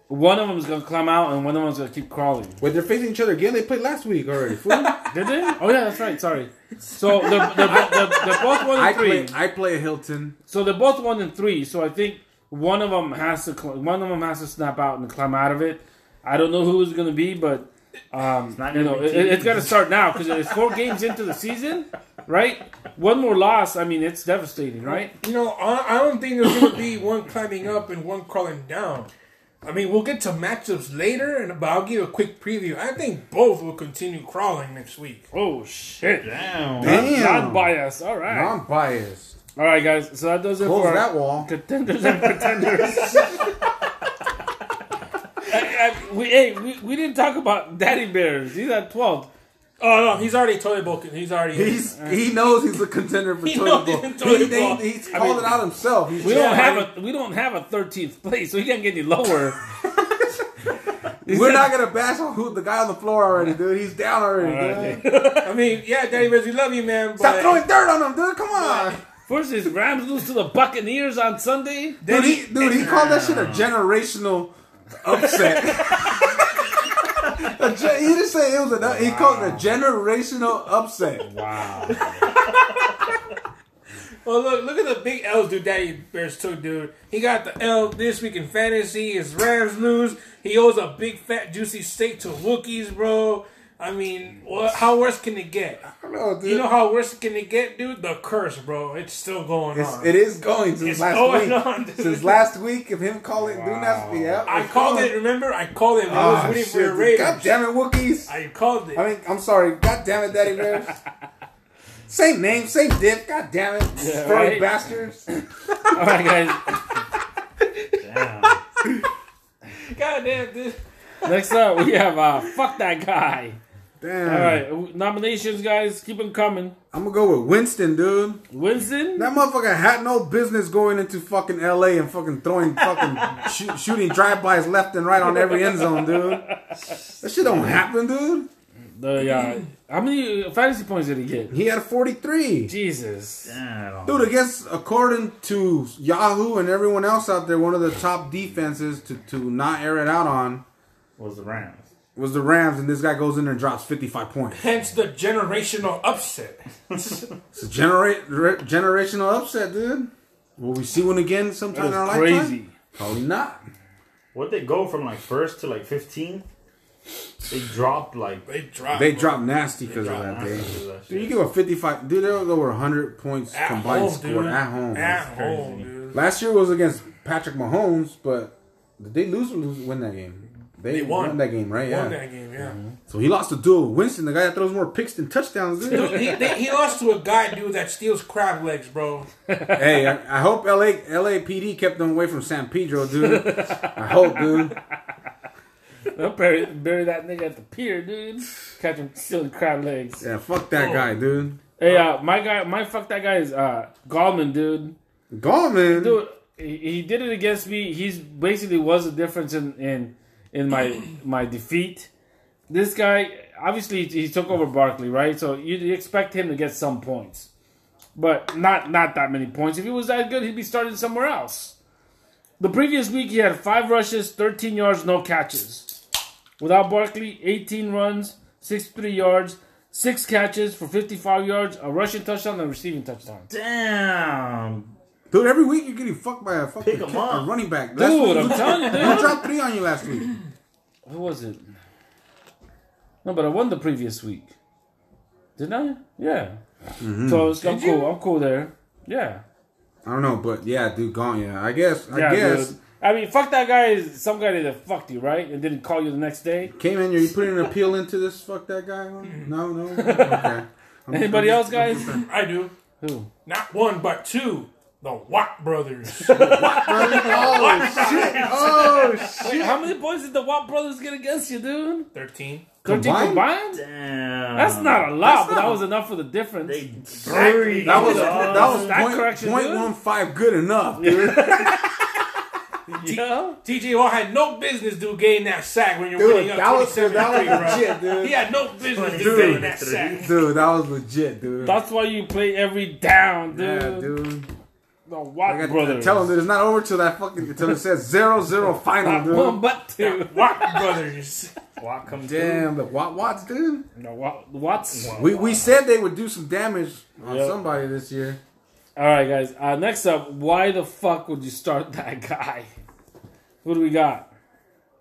S1: One of them is gonna climb out, and one of them's gonna keep crawling.
S2: But they're facing each other again. They played last week already.
S4: (laughs)
S2: fool.
S1: Did they? Oh yeah, that's right. Sorry. So they're, they're, bo- they're- they're both one
S2: I
S1: and three.
S2: play. I play Hilton.
S1: So they're both one and three. So I think one of them has to cl- one of them has to snap out and climb out of it. I don't know who it's gonna be, but um,
S3: not
S1: you
S3: gonna
S1: know
S3: be
S1: it,
S3: TV.
S1: it's gotta start now because it's four games into the season, right? One more loss, I mean, it's devastating, right?
S4: You know, I, I don't think there's going to be one climbing up and one crawling down. I mean, we'll get to matchups later, and but I'll give a quick preview. I think both will continue crawling next week.
S1: Oh shit!
S3: Damn.
S2: Damn.
S1: Not biased. All right.
S2: I'm biased.
S1: All right, guys. So that does it
S2: Close
S1: for
S2: that wall.
S1: contenders and pretenders. (laughs) I- I- we, hey, we, we didn't talk about Daddy Bears. He's at 12.
S4: Oh no, he's already toilet bulking. (laughs) He's already.
S2: He's he knows he's a contender for
S4: (laughs) He
S2: toilet
S4: knows he's
S2: bowl.
S4: in toilet
S2: He, they-
S4: bowl.
S2: he's called it out himself. He's
S1: We
S2: just
S1: don't
S2: like,
S1: have a we don't have a 13th place, so he can't get any lower. He
S2: We're
S1: said-
S2: not gonna bash on who the guy on the floor already, dude. He's down already. dude.
S4: I mean, yeah, Daddy Bears, we love you, man. But
S2: Stop throwing dirt on him, dude. Come on,
S1: First is Rams lose to the Buccaneers on Sunday.
S2: dude. He, dude, he called that shit a generational
S4: (laughs)
S2: upset. A gen- he didn't say it was a. He called it a generational upset.
S1: Wow.
S4: Well, Oh, look, look at the big L's dude Daddy Bears took, dude. He got the L this week in fantasy. His Rams lose. He owes a big, fat, juicy steak to Wookiees, bro. I mean, what, how worse can it get?
S2: No, dude.
S4: You know how worse can it get, dude? The curse, bro. It's still going
S2: It's,
S4: on.
S2: it is going since
S4: It's
S2: last
S4: going
S2: week.
S4: on, dude.
S2: Since last week of him calling doing that. Yeah,
S4: I
S2: it's
S4: called
S2: going.
S4: it. Remember, I called it. When I
S2: Ah,
S4: was waiting
S2: shit,
S4: for your
S2: dude.
S4: Raiders.
S2: God damn it, Wookiees.
S4: I called it.
S2: I mean, I'm sorry. God damn it, Daddy Bears.
S1: (laughs)
S2: same name, same dip. God damn it,
S1: Yeah,
S2: furry
S1: right?
S2: bastards. (clears throat)
S1: All right, guys.
S3: Damn.
S4: God damn, dude.
S1: Next up, we have uh, fuck that guy.
S2: Damn.
S1: All right, nominations, guys. Keep them coming.
S2: I'm gonna go with Winston, dude.
S1: Winston.
S2: That motherfucker had no business going into fucking L.A. and fucking
S1: (laughs)
S2: throwing fucking shoot, shooting drive-bys left and right on every end zone, dude. That shit don't happen, dude.
S1: The, uh, how many fantasy points did he get?
S2: He had 43.
S1: Jesus.
S3: Damn.
S2: Dude, I guess according to Yahoo and everyone else out there, one of the top defenses to, to not air it out on
S3: was the Rams.
S2: was the Rams, and this guy goes in there and drops 55 points.
S4: Hence the generational upset.
S2: It's a genera- re- generational upset, dude. Will we see one again sometime in our
S1: That's
S2: lifetime?
S1: crazy.
S2: Probably not.
S3: What they go from like first to like 15? They dropped like.
S4: They dropped.
S2: They
S4: bro.
S2: dropped nasty because of that, day. Dude, you give a 55. Dude, there was over 100 points
S4: at
S2: combined
S4: home,
S2: scored
S4: dude.
S2: at home.
S4: At
S3: crazy.
S4: home, dude.
S2: Last year was against Patrick Mahomes, but did they lose or lose, win that game? They,
S4: They
S2: won.
S4: won.
S2: that game, right?
S4: Won
S2: yeah. Mm-hmm.
S4: that game, yeah.
S2: So he lost the duel with Winston, the guy that throws more picks than touchdowns, dude.
S4: (laughs) Dude, he, they, he lost to a guy, dude, that steals crab legs, bro.
S2: Hey, I, I hope LA LAPD kept them away from San Pedro, dude. I hope, dude.
S1: They'll bury, bury that nigga at the pier, dude. Catch him stealing crab legs.
S2: Yeah, fuck that guy, dude.
S1: Hey, uh, my guy, my fuck that guy is uh, Gallman, dude.
S2: Gone, man.
S1: Dude, he, he did it against me. He's basically was the difference in in, in my my defeat. This guy, obviously, he took over Barkley, right? So you you expect him to get some points, but not not that many points. If he was that good, he'd be starting somewhere else. The previous week, he had five rushes, thirteen yards, no catches. Without Barkley, eighteen runs, sixty-three yards. Six catches for 55 yards, a rushing touchdown, and a receiving touchdown.
S3: Damn.
S2: Dude, every week you're getting fucked by a fucking
S3: Pick 'em
S2: kick- a
S3: up.
S2: running back. Last
S1: Dude,
S2: week,
S1: I'm telling you, dude.
S2: I dropped three on you last week.
S1: Who was it? No, but I won the previous week. Didn't I? Yeah.
S2: Mm-hmm.
S1: So it's, I'm cool. I'm cool there. Yeah.
S2: I don't know, but yeah, dude, gone. Yeah, I guess. I
S1: Yeah,
S2: guess
S1: dude. I mean, fuck that guy is some guy that fucked you, right? And didn't call you the next day.
S2: came in here. You put an appeal into this. Fuck that guy. one?
S1: (laughs)
S2: No, no. Okay. I'm-
S1: Anybody
S2: I'm
S1: else,
S2: just- (laughs)
S1: guys?
S4: I do.
S1: Who?
S4: Not one, but two. The Watt brothers.
S2: (laughs) Oh shit! Oh
S1: Wait,
S2: shit!
S1: how many points did the Watt brothers get against you, dude?
S4: 13.
S1: 13
S2: Combined?
S1: combined?
S3: Damn.
S1: That's not a lot,
S2: That's
S1: but that
S2: not-
S1: was enough for the difference.
S3: They
S2: That was
S1: Oh,
S2: that was
S1: that
S2: point,
S1: correction,
S2: point
S1: dude.
S2: one five good enough, dude.
S1: (laughs) Yeah.
S4: T.J. Watt had no business, dude, getting that sack when you're
S2: Dude,
S4: winning up
S2: that was, that
S4: 27
S2: was
S4: bro.
S2: legit, dude.
S4: He had no business, dude,
S3: Dude.
S4: getting that sack.
S2: Dude, that was legit, dude.
S1: That's why you play every down, dude.
S2: yeah, dude.
S1: The Watt
S2: I got to
S1: brothers.
S2: tell him, dude, it's not over till that fucking until it says zero zero final,
S1: Not one
S2: dude.
S1: but
S2: (laughs)
S1: two.
S4: Watt brothers.
S3: Walk come
S2: Damn, the Watt Watts, dude.
S1: No, Wa- Watts.
S2: We we said they would do some damage on
S1: Yep.
S2: somebody this year.
S1: All right, guys. Uh, next up, why the fuck would you start (laughs) that guy? Who do we got?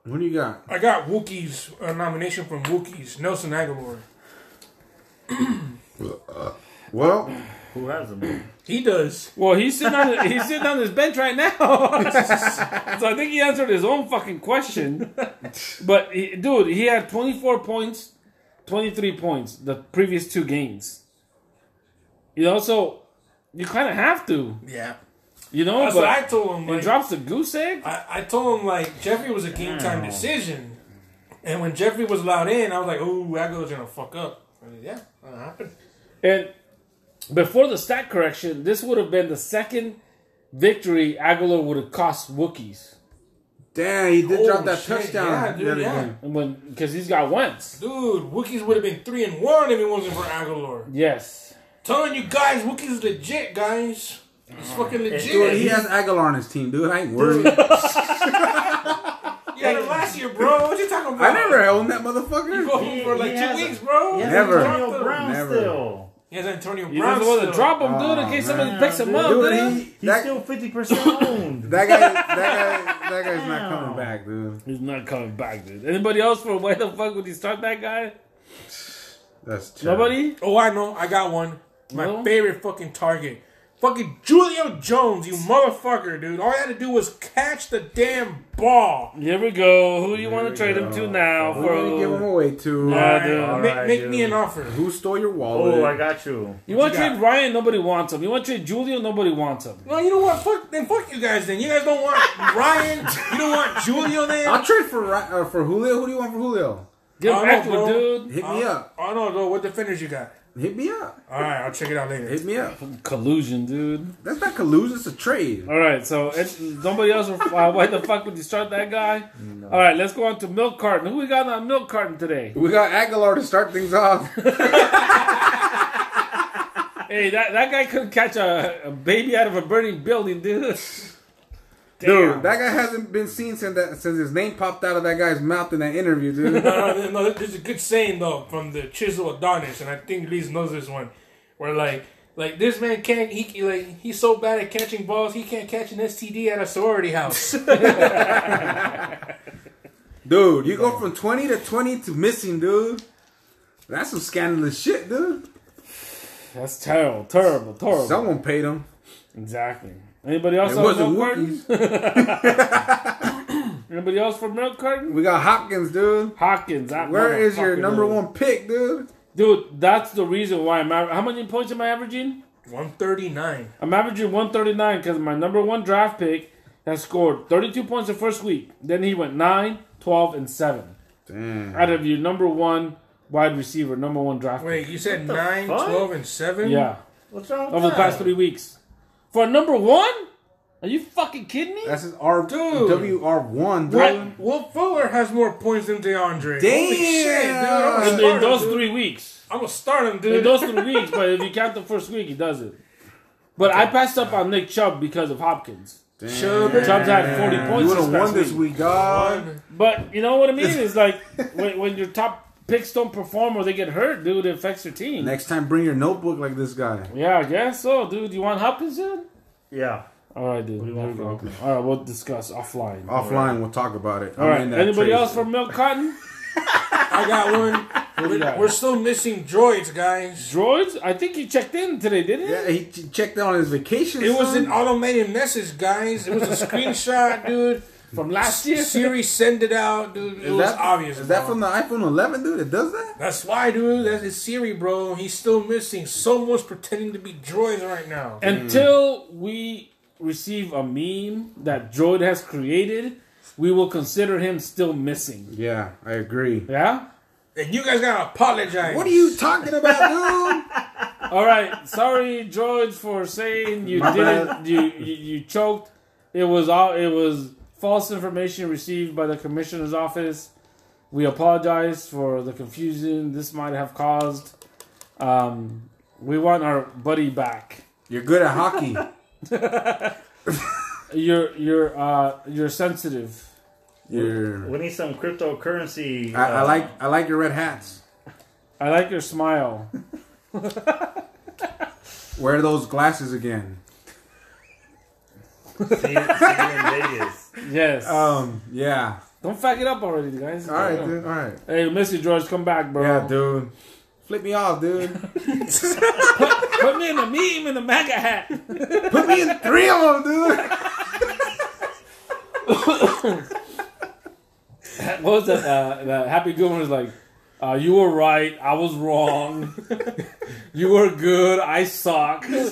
S2: What do you got?
S4: I got Wookiees, a nomination from Wookiees, Nelson Aguilar.
S2: Well,
S3: Who has him?
S4: He does.
S1: Well, he's sitting on he's sitting on his bench right now, (laughs) so I think he answered his own fucking question. But he, dude, he had twenty four points, twenty three points the previous two games. You know, so you kind of have to,
S4: Yeah.
S1: you know.
S4: That's
S1: but
S4: what I told him.
S1: he
S4: Like,
S1: drops the goose egg.
S4: I, I told him like Jeffrey was a game time decision, and when Jeffrey was allowed in, I was like, "Ooh, Aguilar's gonna fuck up." I mean, yeah, that happened.
S1: And before the stat correction, this would have been the second victory Aguilar would have cost Wookiees.
S2: damn, he did
S4: Oh,
S2: drop that
S4: shit,
S2: touchdown
S4: yeah, dude,
S2: the other
S4: yeah.
S2: game.
S1: And when because he's got once.
S4: Dude, Wookiees would have been three and one if it wasn't for Aguilar.
S1: Yes.
S4: Telling you guys, Wookiees legit, guys. It's fucking legit.
S2: Dude, he
S4: he
S2: has Aguilar on his team, dude. I ain't worried.
S4: had it last year, bro. What you talking about?
S2: I never owned that
S4: You
S2: motherfucker.
S4: owe him for like
S3: He
S4: two
S3: has-
S4: weeks, bro.
S3: He has
S2: Never.
S3: Antonio Brown
S2: Never.
S3: still.
S4: He has Antonio
S1: You just
S4: Brown.
S1: want
S4: still.
S1: to drop him, dude,
S2: Oh,
S1: in case
S2: man.
S1: somebody picks him up.
S2: Dude,
S1: man.
S2: he,
S3: He's
S2: that,
S3: still fifty
S2: (laughs)
S3: percent owned.
S2: that guy, that guy, that guy's not coming back, dude.
S1: He's not coming back, dude. Anybody else for why the fuck would he start that guy?
S2: That's terrible.
S1: Nobody?
S4: Oh, I know. I got one. My
S1: No?
S4: favorite fucking target. Fucking Julio Jones, you motherfucker, dude. All I had to do was catch the damn ball.
S1: Here we go. Who you want to
S2: we
S1: trade him
S2: go.
S1: to now?
S2: Who are you giving him
S1: For
S2: away to?
S1: Yeah, dude.
S4: Alright,
S1: All
S4: make
S3: right,
S4: make
S3: dude.
S4: me an offer.
S2: Who stole your wallet?
S3: Oh, I got you.
S1: you want to
S4: you got?
S1: trade Ryan? Nobody wants him. You want to trade Julio? Nobody wants him.
S4: No, you know what? Fuck then. Fuck you guys. Then you guys don't want Ryan. You don't want Julio.
S2: (laughs)
S4: Then
S2: I'll trade for Ri- uh, for Julio. Who do you want for Julio?
S1: Give
S4: I
S1: him
S4: don't
S1: back to
S4: know,
S1: a
S4: bro.
S1: dude.
S2: Hit me up.
S4: I don't know Oh, what defenders you got.
S2: Hit me up.
S4: All right, I'll check it out later.
S2: Hit me up.
S1: Collusion, dude.
S2: That's not collusion. It's a trade.
S1: All right, so it's, nobody else. would- Uh, (laughs) why the fuck would you start that guy? All right, let's go on to milk carton. Who we got on milk carton today?
S2: We got Aguilar to start things off.
S1: Hey, that, that guy couldn't catch a, a baby out of a burning building, dude.
S2: (laughs)
S1: (laughs)
S2: Dude, that guy hasn't been seen since that since his name popped out of that guy's mouth in that interview, dude.
S4: (laughs) No, no, no, there's a good saying though from the Chisel Adonis, and I think Lee's knows this one, where like, like this man can't he he, like he's so bad at catching balls he can't catch an STD at a sorority house.
S2: Dude, you go from twenty to twenty to missing, dude. That's some scandalous shit, dude.
S1: That's terrible, terrible, terrible.
S2: Someone paid him.
S1: Exactly. Anybody else
S2: It
S1: on
S2: wasn't
S1: milk
S2: Wookiees.
S1: carton? Anybody else for milk carton?
S2: We got Hopkins, dude.
S1: Hopkins. that
S2: Where is your
S1: motherfucker,
S2: number
S1: dude.
S2: one pick, dude?
S1: Dude, that's the reason why I'm. Aver- How many points am I averaging?
S4: One thirty nine.
S1: I'm averaging 139 because my number one draft pick has scored 32 points the first week. Then he went 9, 12, and 7.
S2: Damn.
S1: Out of your number one wide receiver, number one draft pick.
S4: Wait, you said nine,
S3: fuck?
S4: twelve, and seven?
S1: Yeah.
S3: What's wrong with
S1: Over the
S3: that?
S1: past three weeks. For a number one? Are you fucking kidding me?
S2: That's his R
S4: Dude.
S2: WR one, dude.
S4: Will, Will Fuller has more points than DeAndre. Holy shit, dude! I'm
S1: in, in
S2: Damn.
S4: gonna start him,
S1: those
S4: dude.
S1: three weeks.
S4: I'm gonna start him,
S1: In
S4: dude.
S1: those three weeks, but if you count the first week, he does it. But I passed up on Nick Chubb because of Hopkins. Chubb's had 40 points.
S2: You
S1: this
S2: would have won
S1: past
S2: this
S1: week.
S2: week, dog.
S4: One.
S1: But you know what I
S2: (laughs)
S1: mean? It's like when, when your top picks don't perform or they get hurt, dude, it affects your team.
S2: Next time, bring your notebook like this guy.
S1: Yeah, I guess so, dude. You want Hopkins in?
S3: Yeah.
S1: All right, dude. There
S3: want
S1: we
S3: for
S1: go.
S3: Hopkins?
S1: All right, we'll discuss offline. All
S2: Offline, we'll talk about it. I'm
S1: right.
S2: in that
S1: Anybody
S2: trade.
S1: else for Milk Cotton?
S4: I
S1: (laughs)
S4: got one.
S1: you got?
S4: We're, we're still missing droids, guys.
S1: Droids? I think he checked in today, didn't he?
S2: Yeah, he ch- checked on his vacation.
S4: It was
S2: son.
S4: an automated message, guys. It
S1: (laughs)
S4: was a screenshot, dude.
S1: From last year?
S4: (laughs) Siri send it out, dude. It
S2: Is
S4: was
S2: that,
S4: obvious.
S2: Is that
S4: bro.
S2: from the iPhone 11, dude? It does that?
S4: That's why, dude. That's his Siri, bro. He's still missing. Someone's pretending to be droids right now.
S1: (laughs) Until we receive a meme that Droid has created, we will consider him still missing.
S2: Yeah, I agree.
S1: Yeah?
S4: And you guys gotta apologize.
S2: What are you talking about, dude?
S1: All right. Sorry, droids, for saying you
S2: My
S1: didn't.
S2: bad.
S1: You, you you choked. It was all. It was false information received by the commissioner's office. We apologize for the confusion this might have caused. Um, we want our buddy back.
S2: You're good at hockey.
S1: You're you're uh, you're sensitive.
S2: You're.
S3: We need some cryptocurrency.
S2: I, I
S3: uh, (laughs)
S2: like I like your red hats.
S1: I like your
S2: (laughs)
S1: smile.
S2: Wear those glasses again.
S3: see, see you in Vegas.
S1: Yes.
S2: Um. Yeah.
S1: Don't fuck it up already, guys.
S2: All right, dude. All right.
S1: Hey, miss you, George. Come back, bro.
S2: Yeah, dude. Flip me off, dude.
S1: Put me in a meme in the MAGA hat.
S2: Put me in three of them, (laughs) dude.
S1: What was that? Uh, that Happy Gilmore was like, uh, "You were right. I was wrong. (laughs) you were good. I
S2: (laughs)
S1: suck." (laughs) He's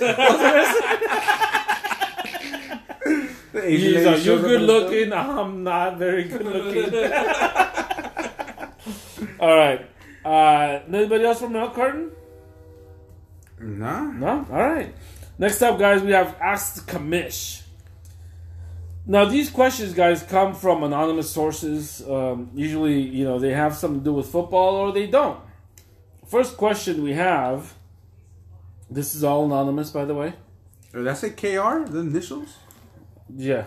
S2: The Asian lady
S1: like,
S2: shows
S1: "You're
S2: up
S1: good
S2: in the store.
S1: looking. I'm not very good
S2: (laughs)
S1: looking." (laughs) All right. Uh, anybody else from Milk Carton?
S2: Nah.
S1: No? All right. Next up, guys, we have Ask Kamish. Now, these questions, guys, come from anonymous sources. Um, usually, you know, they have something to do with football or they don't. First question we have this is all anonymous, by the way.
S2: Did that say KR? The initials?
S1: Yeah.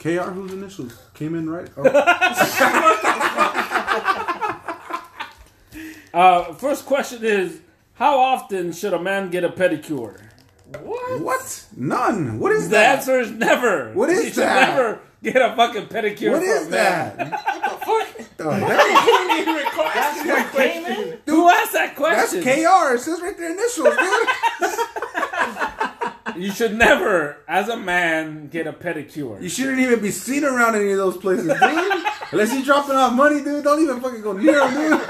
S2: KR, whose initials? Came in right? (laughs) Oh,
S1: Uh, first question is How often should a man get a pedicure?
S2: what? None. What is
S1: The
S2: that?
S1: answer is never.
S2: What is
S1: You should
S2: that?
S1: Never get a fucking pedicure.
S2: What
S1: from
S2: is
S1: a man.
S2: that? what the (laughs) hell?
S1: Who asked that
S2: That's
S1: question?
S2: KR. It says right there initials, dude.
S1: You should never, as a man, get a pedicure.
S2: You shouldn't even be seen around any of those places, dude. Unless you're dropping off money, dude. Don't even fucking go near them, dude.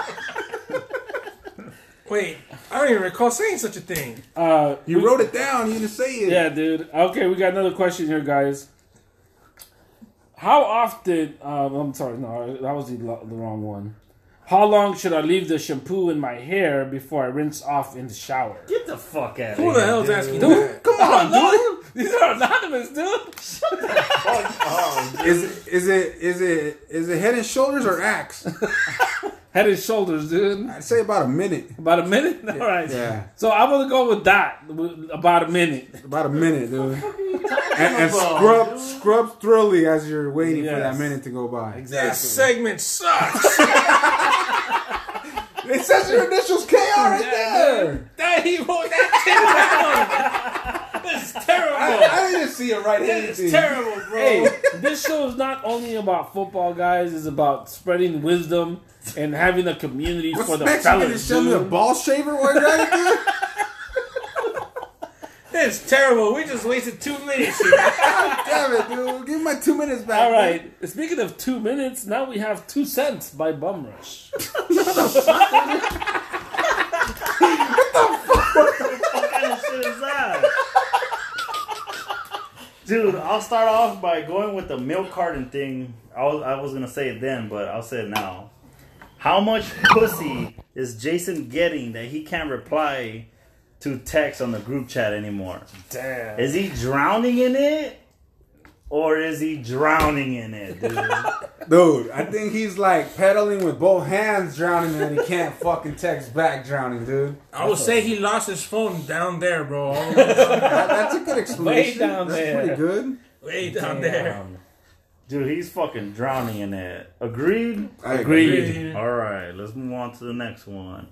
S4: Wait, I don't even recall saying such a thing.
S1: Uh,
S2: You wrote it down. You didn't say it.
S1: yeah, dude. Okay, we got another question here, guys. How often? Um, I'm sorry, no, that was the, lo- the wrong one. How long should I leave the shampoo in my hair before I rinse off in the shower?
S3: Get the fuck out of here.
S4: Who the hell's asking that?
S2: Come on, dude.
S1: These are anonymous, dude.
S2: Is is it is it is it head and shoulders or axe?
S1: Head and shoulders, dude.
S2: I'd say about a minute.
S1: About a minute. All right.
S2: Yeah.
S1: So I'm gonna go with that. with About a minute.
S2: About a minute, dude. And, and scrub scrub thoroughly as you're waiting for that
S1: Yes.
S2: minute to go by.
S4: That segment
S2: (laughs)
S4: sucks.
S2: It says your initials KR right there.
S4: that he wrote that shit down. That's terrible.
S2: I didn't see it right
S4: That is
S2: here.
S4: terrible, bro.
S1: Hey, this show is not only about football, guys. It's about spreading wisdom and having a community for
S2: What's
S1: the
S2: next? You gonna
S1: fellas,
S2: show me a
S1: dude.
S2: ball shaver or
S1: (laughs)
S2: that, dude?
S4: That's terrible. We just wasted two minutes here.
S2: Damn it, dude. Give me my two minutes back.
S1: All
S2: dude.
S1: right. Speaking of two minutes, now we have two cents by Bum Rush.
S3: kind of shit is that? Dude, I'll start off by going with the milk carton thing. I was, I was gonna say it then, but I'll say it now. How much pussy is Jason getting that he can't reply to text on the group chat anymore?
S1: Damn.
S3: Is he drowning in it? Or is he drowning in it, dude?
S2: Dude, I think he's like pedaling with both hands drowning and
S1: (laughs)
S2: he can't fucking text back drowning, dude.
S4: I would say he lost his phone down there, bro. All
S2: That- that's a good explanation.
S1: down
S2: that's
S1: there.
S2: pretty good.
S4: the way down there.
S3: Dude, he's fucking drowning in it. Agreed?
S2: I
S1: Agreed.
S3: All right, let's move on to the next one.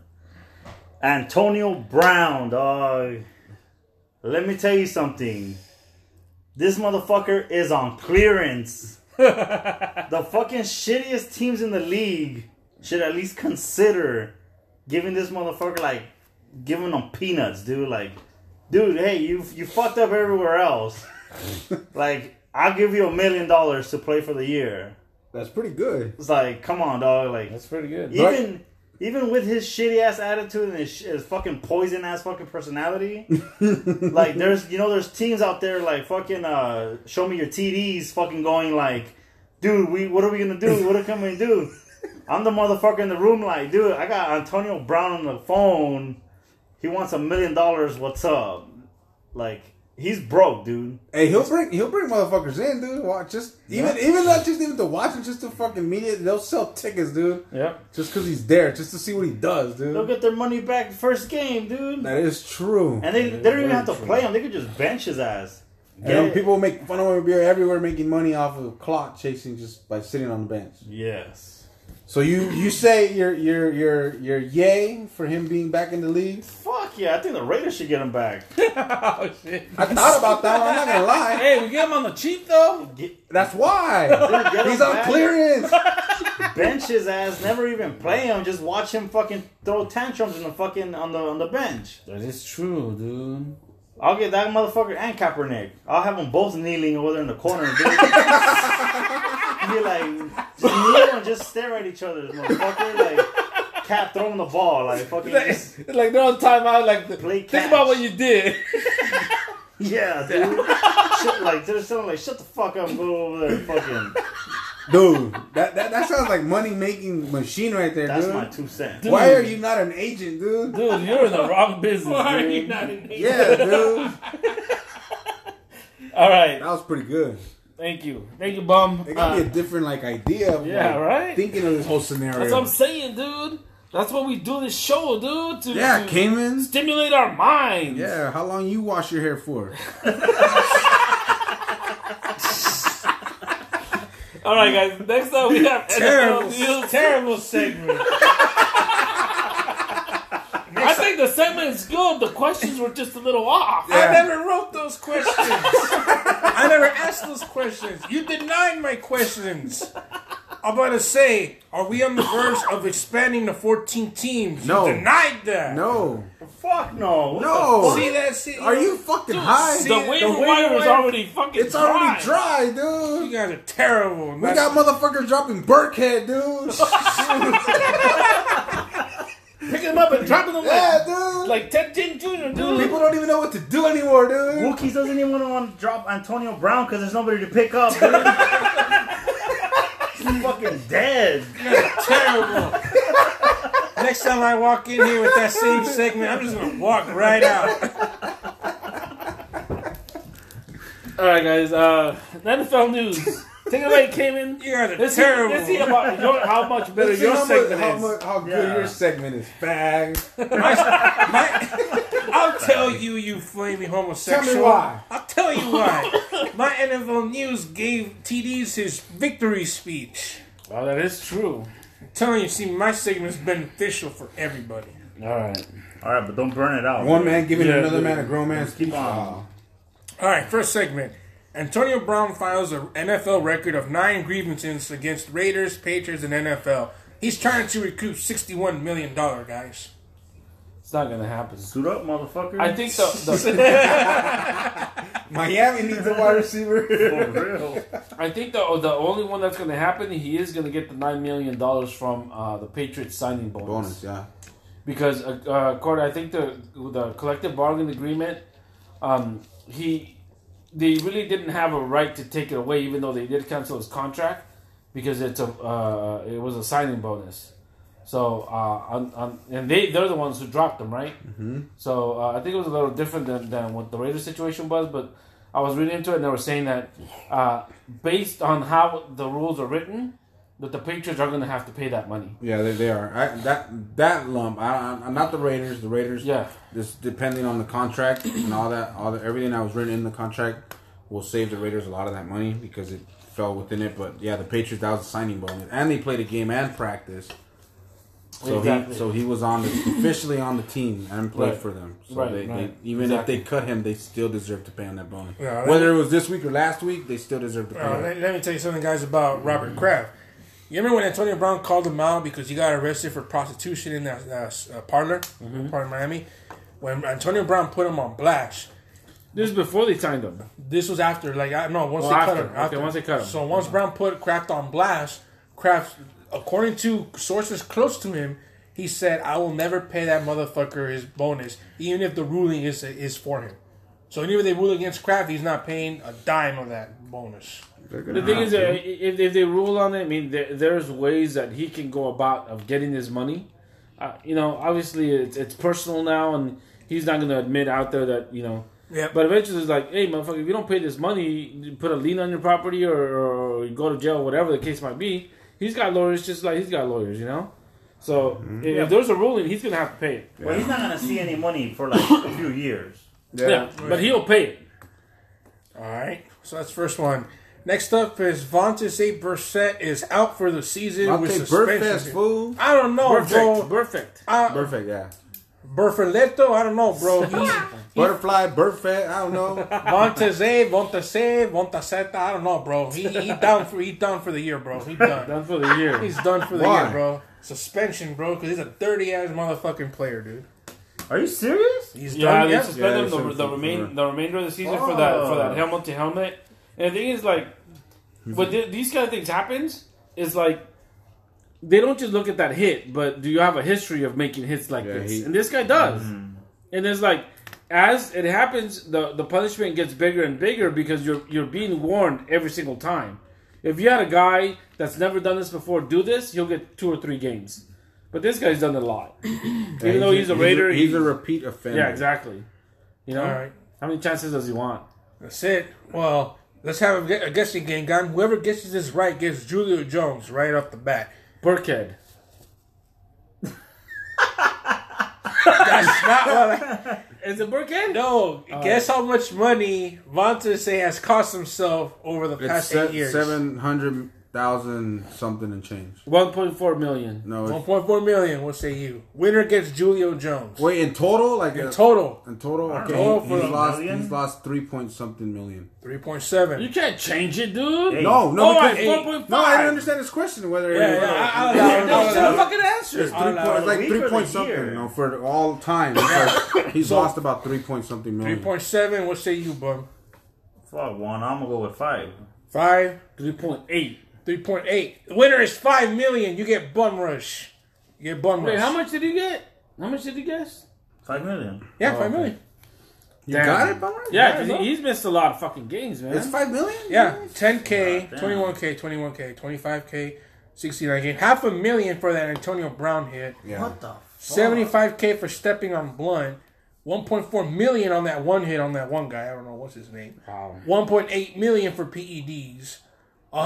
S3: Antonio Brown, dog. Let me tell you something. This motherfucker is on clearance. the fucking shittiest teams in the league should at least consider giving this motherfucker like giving them peanuts, dude. Like, dude, hey, you you fucked up everywhere else. like, I'll give you a million dollars to play for the year.
S2: That's pretty good.
S3: It's like, come on, dog. Like,
S1: That's pretty good.
S2: But-
S3: even even with his shitty ass attitude and his, sh- his fucking poison ass fucking
S2: (laughs)
S3: personality, like there's you know there's teams out there like fucking uh show me your TDs fucking going like, dude, we what are we gonna do? What can we
S2: (laughs)
S3: do? I'm the motherfucker in the room like, dude, I got Antonio Brown on the phone. He wants a million dollars. What's up? Like He's broke, dude.
S2: Hey, he'll bring he'll bring motherfuckers in, dude. Watch just even even not just even to watch him, just to fucking meet it. They'll sell tickets, dude.
S1: Yep.
S2: Just because he's there, just to see what he does,
S3: They'll
S2: dude.
S3: get their money back first game, dude.
S2: That is true.
S3: And they, they don't even have to play him. They could just bench his ass.
S2: And then
S3: Yeah.
S2: people make fun of him. We're everywhere making money off of clock chasing just by sitting on the bench.
S3: Yes.
S2: So you you say you're you're you're you're yay for him being back in the league.
S3: Fuck yeah! I think the Raiders should get him (laughs) back.
S1: Oh shit.
S2: I thought about that. One, I'm not gonna lie.
S1: Hey, we get him on the cheap though.
S3: Get,
S2: That's
S3: (laughs)
S2: why
S3: get him
S2: he's on
S3: back,
S2: clearance.
S3: Bench his ass. Never even play him. Just watch him fucking throw tantrums in the fucking on the on the bench.
S1: That is true, dude.
S3: I'll get that motherfucker and Kaepernick. I'll have them both kneeling over there in the corner. Dude. (laughs) be like, just kneel and just stare at each other, motherfucker. Like, Cap throwing the ball, like fucking. Just,
S1: It's (laughs) like they're on timeout. Like the,
S3: Play
S1: think
S3: catch.
S1: about what you did.
S3: yeah, dude. Shit, like they're still like, shut the fuck up, and go over there, and fucking.
S2: dude. That, that that sounds like money making machine right there,
S3: That's
S2: dude.
S3: my two cents.
S2: Why are you not an agent,
S1: (laughs)
S2: dude?
S1: Dude, you're in the wrong business.
S4: Why are
S1: dude.
S4: you not in
S1: (laughs)
S4: here?
S2: Yeah, dude.
S1: All right.
S2: That was pretty good.
S1: Thank you. Thank you, bum.
S2: It
S1: Uh,
S2: got me a different like idea. Of,
S1: yeah,
S2: like,
S1: right?
S2: Thinking of this whole scenario.
S1: that's what I'm saying, dude. That's what we do this show, dude. To,
S2: yeah,
S1: to
S2: Cayman.
S1: stimulate our minds.
S2: Yeah, how long you wash your hair for?
S1: All right, guys. Next up, we have
S2: (laughs) Terrible.
S1: NFL
S4: (laughs)
S1: deals. Terrible segment. I think the segment's good. The questions were just a little off.
S4: I
S2: Yeah.
S4: never wrote those questions. I never asked those questions. You denied my questions. I'm about to say, are we on the verge of expanding to 14 teams?
S2: No.
S4: You denied that.
S2: No,
S3: Fuck no. What
S2: no.
S4: See that? See,
S2: Are you fucking high?
S1: The
S4: see-
S1: waiver
S4: waiver
S1: wire was
S4: wire-
S1: already fucking
S2: it's already
S1: dry.
S2: dry,
S4: You
S2: dude.
S4: guys are terrible.
S2: We got motherfuckers dropping Burkhead, dude.
S1: (laughs) Pick them up and dropping them
S2: yeah, Mm-hmm. dude.
S1: like, like Ted Jim Jr., dude.
S2: People don't even know what to do anymore,
S3: the-
S2: dude.
S3: Wookiees doesn't even want to drop Antonio Brown because there's nobody to pick up. Dude. He's fucking dead.
S4: That's terrible. Next time I walk in here with that same segment, I'm just gonna walk right out.
S1: All right, guys. Uh, NFL
S2: (laughs)
S1: news. Take it away, Cayman.
S4: You guys are
S1: Let's see,
S4: terrible.
S1: let's see about your, how much better
S2: Let's see
S1: your
S2: how, much,
S1: segment
S2: how,
S1: is.
S2: much, how good
S3: Yeah.
S2: your segment is, bag.
S4: My- I'll tell you, you flaming homosexual.
S2: Tell me why.
S4: I'll tell you (laughs) why. My NFL News gave TDs his victory speech.
S1: Well, that is true.
S4: I'm telling you, see, my segment's beneficial for everybody.
S1: All right.
S3: All right, but don't burn it out.
S2: One man giving
S1: Yeah,
S2: another
S1: dude.
S2: man a grown man's
S3: Keep
S2: speech.
S3: on.
S4: All right, first segment. Antonio Brown files an NFL record of nine grievances against Raiders, Patriots, and NFL. He's trying to recoup $61 million, guys.
S1: It's not gonna happen.
S3: Suit up, motherfucker.
S1: I think the,
S2: (laughs)
S1: the
S2: Miami needs a wide receiver.
S3: For real.
S1: I think the oh, the only one that's gonna happen. He is gonna get the nine million dollars from uh, the Patriots signing bonus,
S2: (laughs) Bonus, yeah.
S1: because uh, uh, court. I think the the collective bargaining agreement. Um, he they really didn't have a right to take it away, even though they did cancel his contract because it's a uh, it was a signing bonus. So uh, on, on, and they they're the ones who dropped him, right? Mm-hmm. So uh, I think it was a little different than, than what the Raiders situation was, but I was reading into it and they were saying that uh, based on how the rules are written, that the Patriots are going to have to pay that money.
S2: Yeah, they, they are. I, that that lump. I, I, not the Raiders. The Raiders.
S1: Yeah.
S2: Just depending on the contract and all that, all the, everything that was written in the contract will save the Raiders a lot of that money because it fell within it. But yeah, the Patriots that was a signing bonus, and they played a game and practice. So
S1: Exactly.
S2: he so he was on the, officially on the team and played
S1: Right.
S2: for them. So
S1: Right,
S2: they,
S1: right.
S2: they even
S1: Exactly.
S2: if they cut him, they still deserve to pay on that bonus.
S4: Yeah,
S2: Whether it was this week or last week, they still deserve to pay.
S4: Uh,
S2: on it.
S4: let, let me tell you something, guys, about Robert Kraft. You remember when Antonio Brown called him out because he got arrested for prostitution in that, that uh, parlor, part of Miami? When Antonio Brown put him on blast,
S1: This is before they signed him.
S4: this was after, like, I no, once
S1: Oh,
S4: they
S1: after.
S4: cut him.
S1: Okay, once they cut him.
S4: So once Brown put Kraft on blast, Kraft, according to sources close to him, he said, I will never pay that motherfucker his bonus, even if the ruling is is for him. So even if they rule against Kraft, he's not paying a dime of that bonus.
S2: They're gonna
S1: The thing
S2: have
S1: is,
S2: to.
S1: uh, if, if they rule on it, I mean, there, there's ways that he can go about of getting his money. Uh, you know, obviously it's, it's personal now, and he's not going to admit out there that you know
S4: Yep.
S1: But eventually, it's like, hey, motherfucker, if you don't pay this money, you put a lien on your property or, or you go to jail, whatever the case might be. He's got lawyers just like he's got lawyers, you know? So if, if there's a ruling, he's going to have to pay it.
S3: Well, he's not gonna see any money for like a few years.
S1: Yeah. But he'll pay it.
S4: All right. So that's first one. Next up is Vontaze St. Brissett is out for the season
S2: I'll
S4: with
S2: take
S4: suspension.
S2: Burfest, fool.
S4: I don't know,
S1: Perfect.
S4: bro.
S1: Perfect.
S4: I,
S2: Perfect, yeah.
S4: Berfiletto, I don't know, bro. He's-
S2: Butterfly, Burfest, I don't
S4: (laughs)
S2: know.
S4: Vontaze, Vontaze, Vontaseta, I don't know, bro. He he down for he done for the year, bro. He done.
S1: Done for the year.
S4: He's done for the
S2: Why?
S4: year, bro. Suspension, bro, because he's a dirty ass motherfucking player, dude.
S3: Are you serious?
S4: He's
S1: Yeah,
S4: done.
S1: they
S4: Yeah.
S1: suspend
S2: Yeah, Oh.
S1: him the,
S2: something
S1: the
S2: for
S1: remain
S2: her.
S1: the remainder of the season for that for that helmet to helmet. And the thing is, like,
S2: Mm-hmm.
S1: when th- these kind of things happens, is like they don't just look at that hit, but do you have a history of making hits like
S2: Yeah,
S1: this?
S2: he- Mm-hmm.
S1: and this guy does. And it's like as it happens, the the punishment gets bigger and bigger because you're you're being warned every single time. If you had a guy that's never done this before do this, he'll get two or three games. But this guy's done a
S2: (laughs)
S1: lot. Even though he's a Raider,
S2: he's,
S1: he-
S2: a repeat offender.
S1: yeah, exactly. You know,
S4: All right.
S1: how many chances does he want?
S4: That's it. Well, let's have a, gu- a guessing game, guy. Whoever guesses this right gets Julio Jones right off the bat.
S1: Burkhead.
S4: That's not what I,
S1: Is it Burkhead?
S4: No, guess how much money Vontaze has cost himself over the
S2: It's
S4: past eight
S2: se-
S4: years.
S2: 700,000 something and change.
S1: One point four million.
S2: No, it's,
S4: 1.4 million, we'll say you. Winner gets Julio Jones.
S2: wait, in total? Like
S4: In
S2: uh,
S4: total,
S2: In total, okay,
S4: know,
S2: he-
S4: for
S2: he's
S4: a
S2: lost.
S3: million?
S2: He's lost three point something million.
S1: You
S4: 3.7.
S1: can't change it, dude.
S3: Hey.
S2: No, no,
S1: Oh,
S2: because-
S1: it's 4.5.
S2: no, I didn't understand his question. Whether
S4: Yeah,
S2: whether-
S4: yeah, I- I'll allow it, I'll
S1: That's
S4: allow
S1: the
S4: it.
S1: fucking answer.
S2: three
S4: I'll
S2: point,
S4: allow
S2: it's like
S3: it.
S2: three
S3: Week or
S2: point
S3: the
S2: something.
S3: year?
S2: You know, for all time, It's like, he's lost about three point something million.
S4: 3.7, we'll say you, bum.
S3: Fuck one. I'm gonna go with five.
S4: 5,
S1: Three point eight.
S4: 3.8. The winner is 5 million. You get bum rush. You get bum
S1: Wait,
S4: rush.
S1: how much did he get? How much did he guess?
S3: Five million.
S4: Yeah, five million.
S2: you
S1: Damn.
S2: got it, Bummer?
S1: Yeah, 'cause
S4: Yeah,
S1: he, he's missed a lot of fucking games, man.
S2: it's five million.
S4: Yeah, 10K,
S3: God damn.
S4: 21K, 21K, 25K, 69K. Half a million for that Antonio Brown hit.
S2: yeah.
S3: What the? Fuck?
S4: 75K for stepping on Blunt. 1.4 million on that one hit on that one guy. I don't know what's his name.
S1: Wow.
S4: 1.8 million for E PEDs.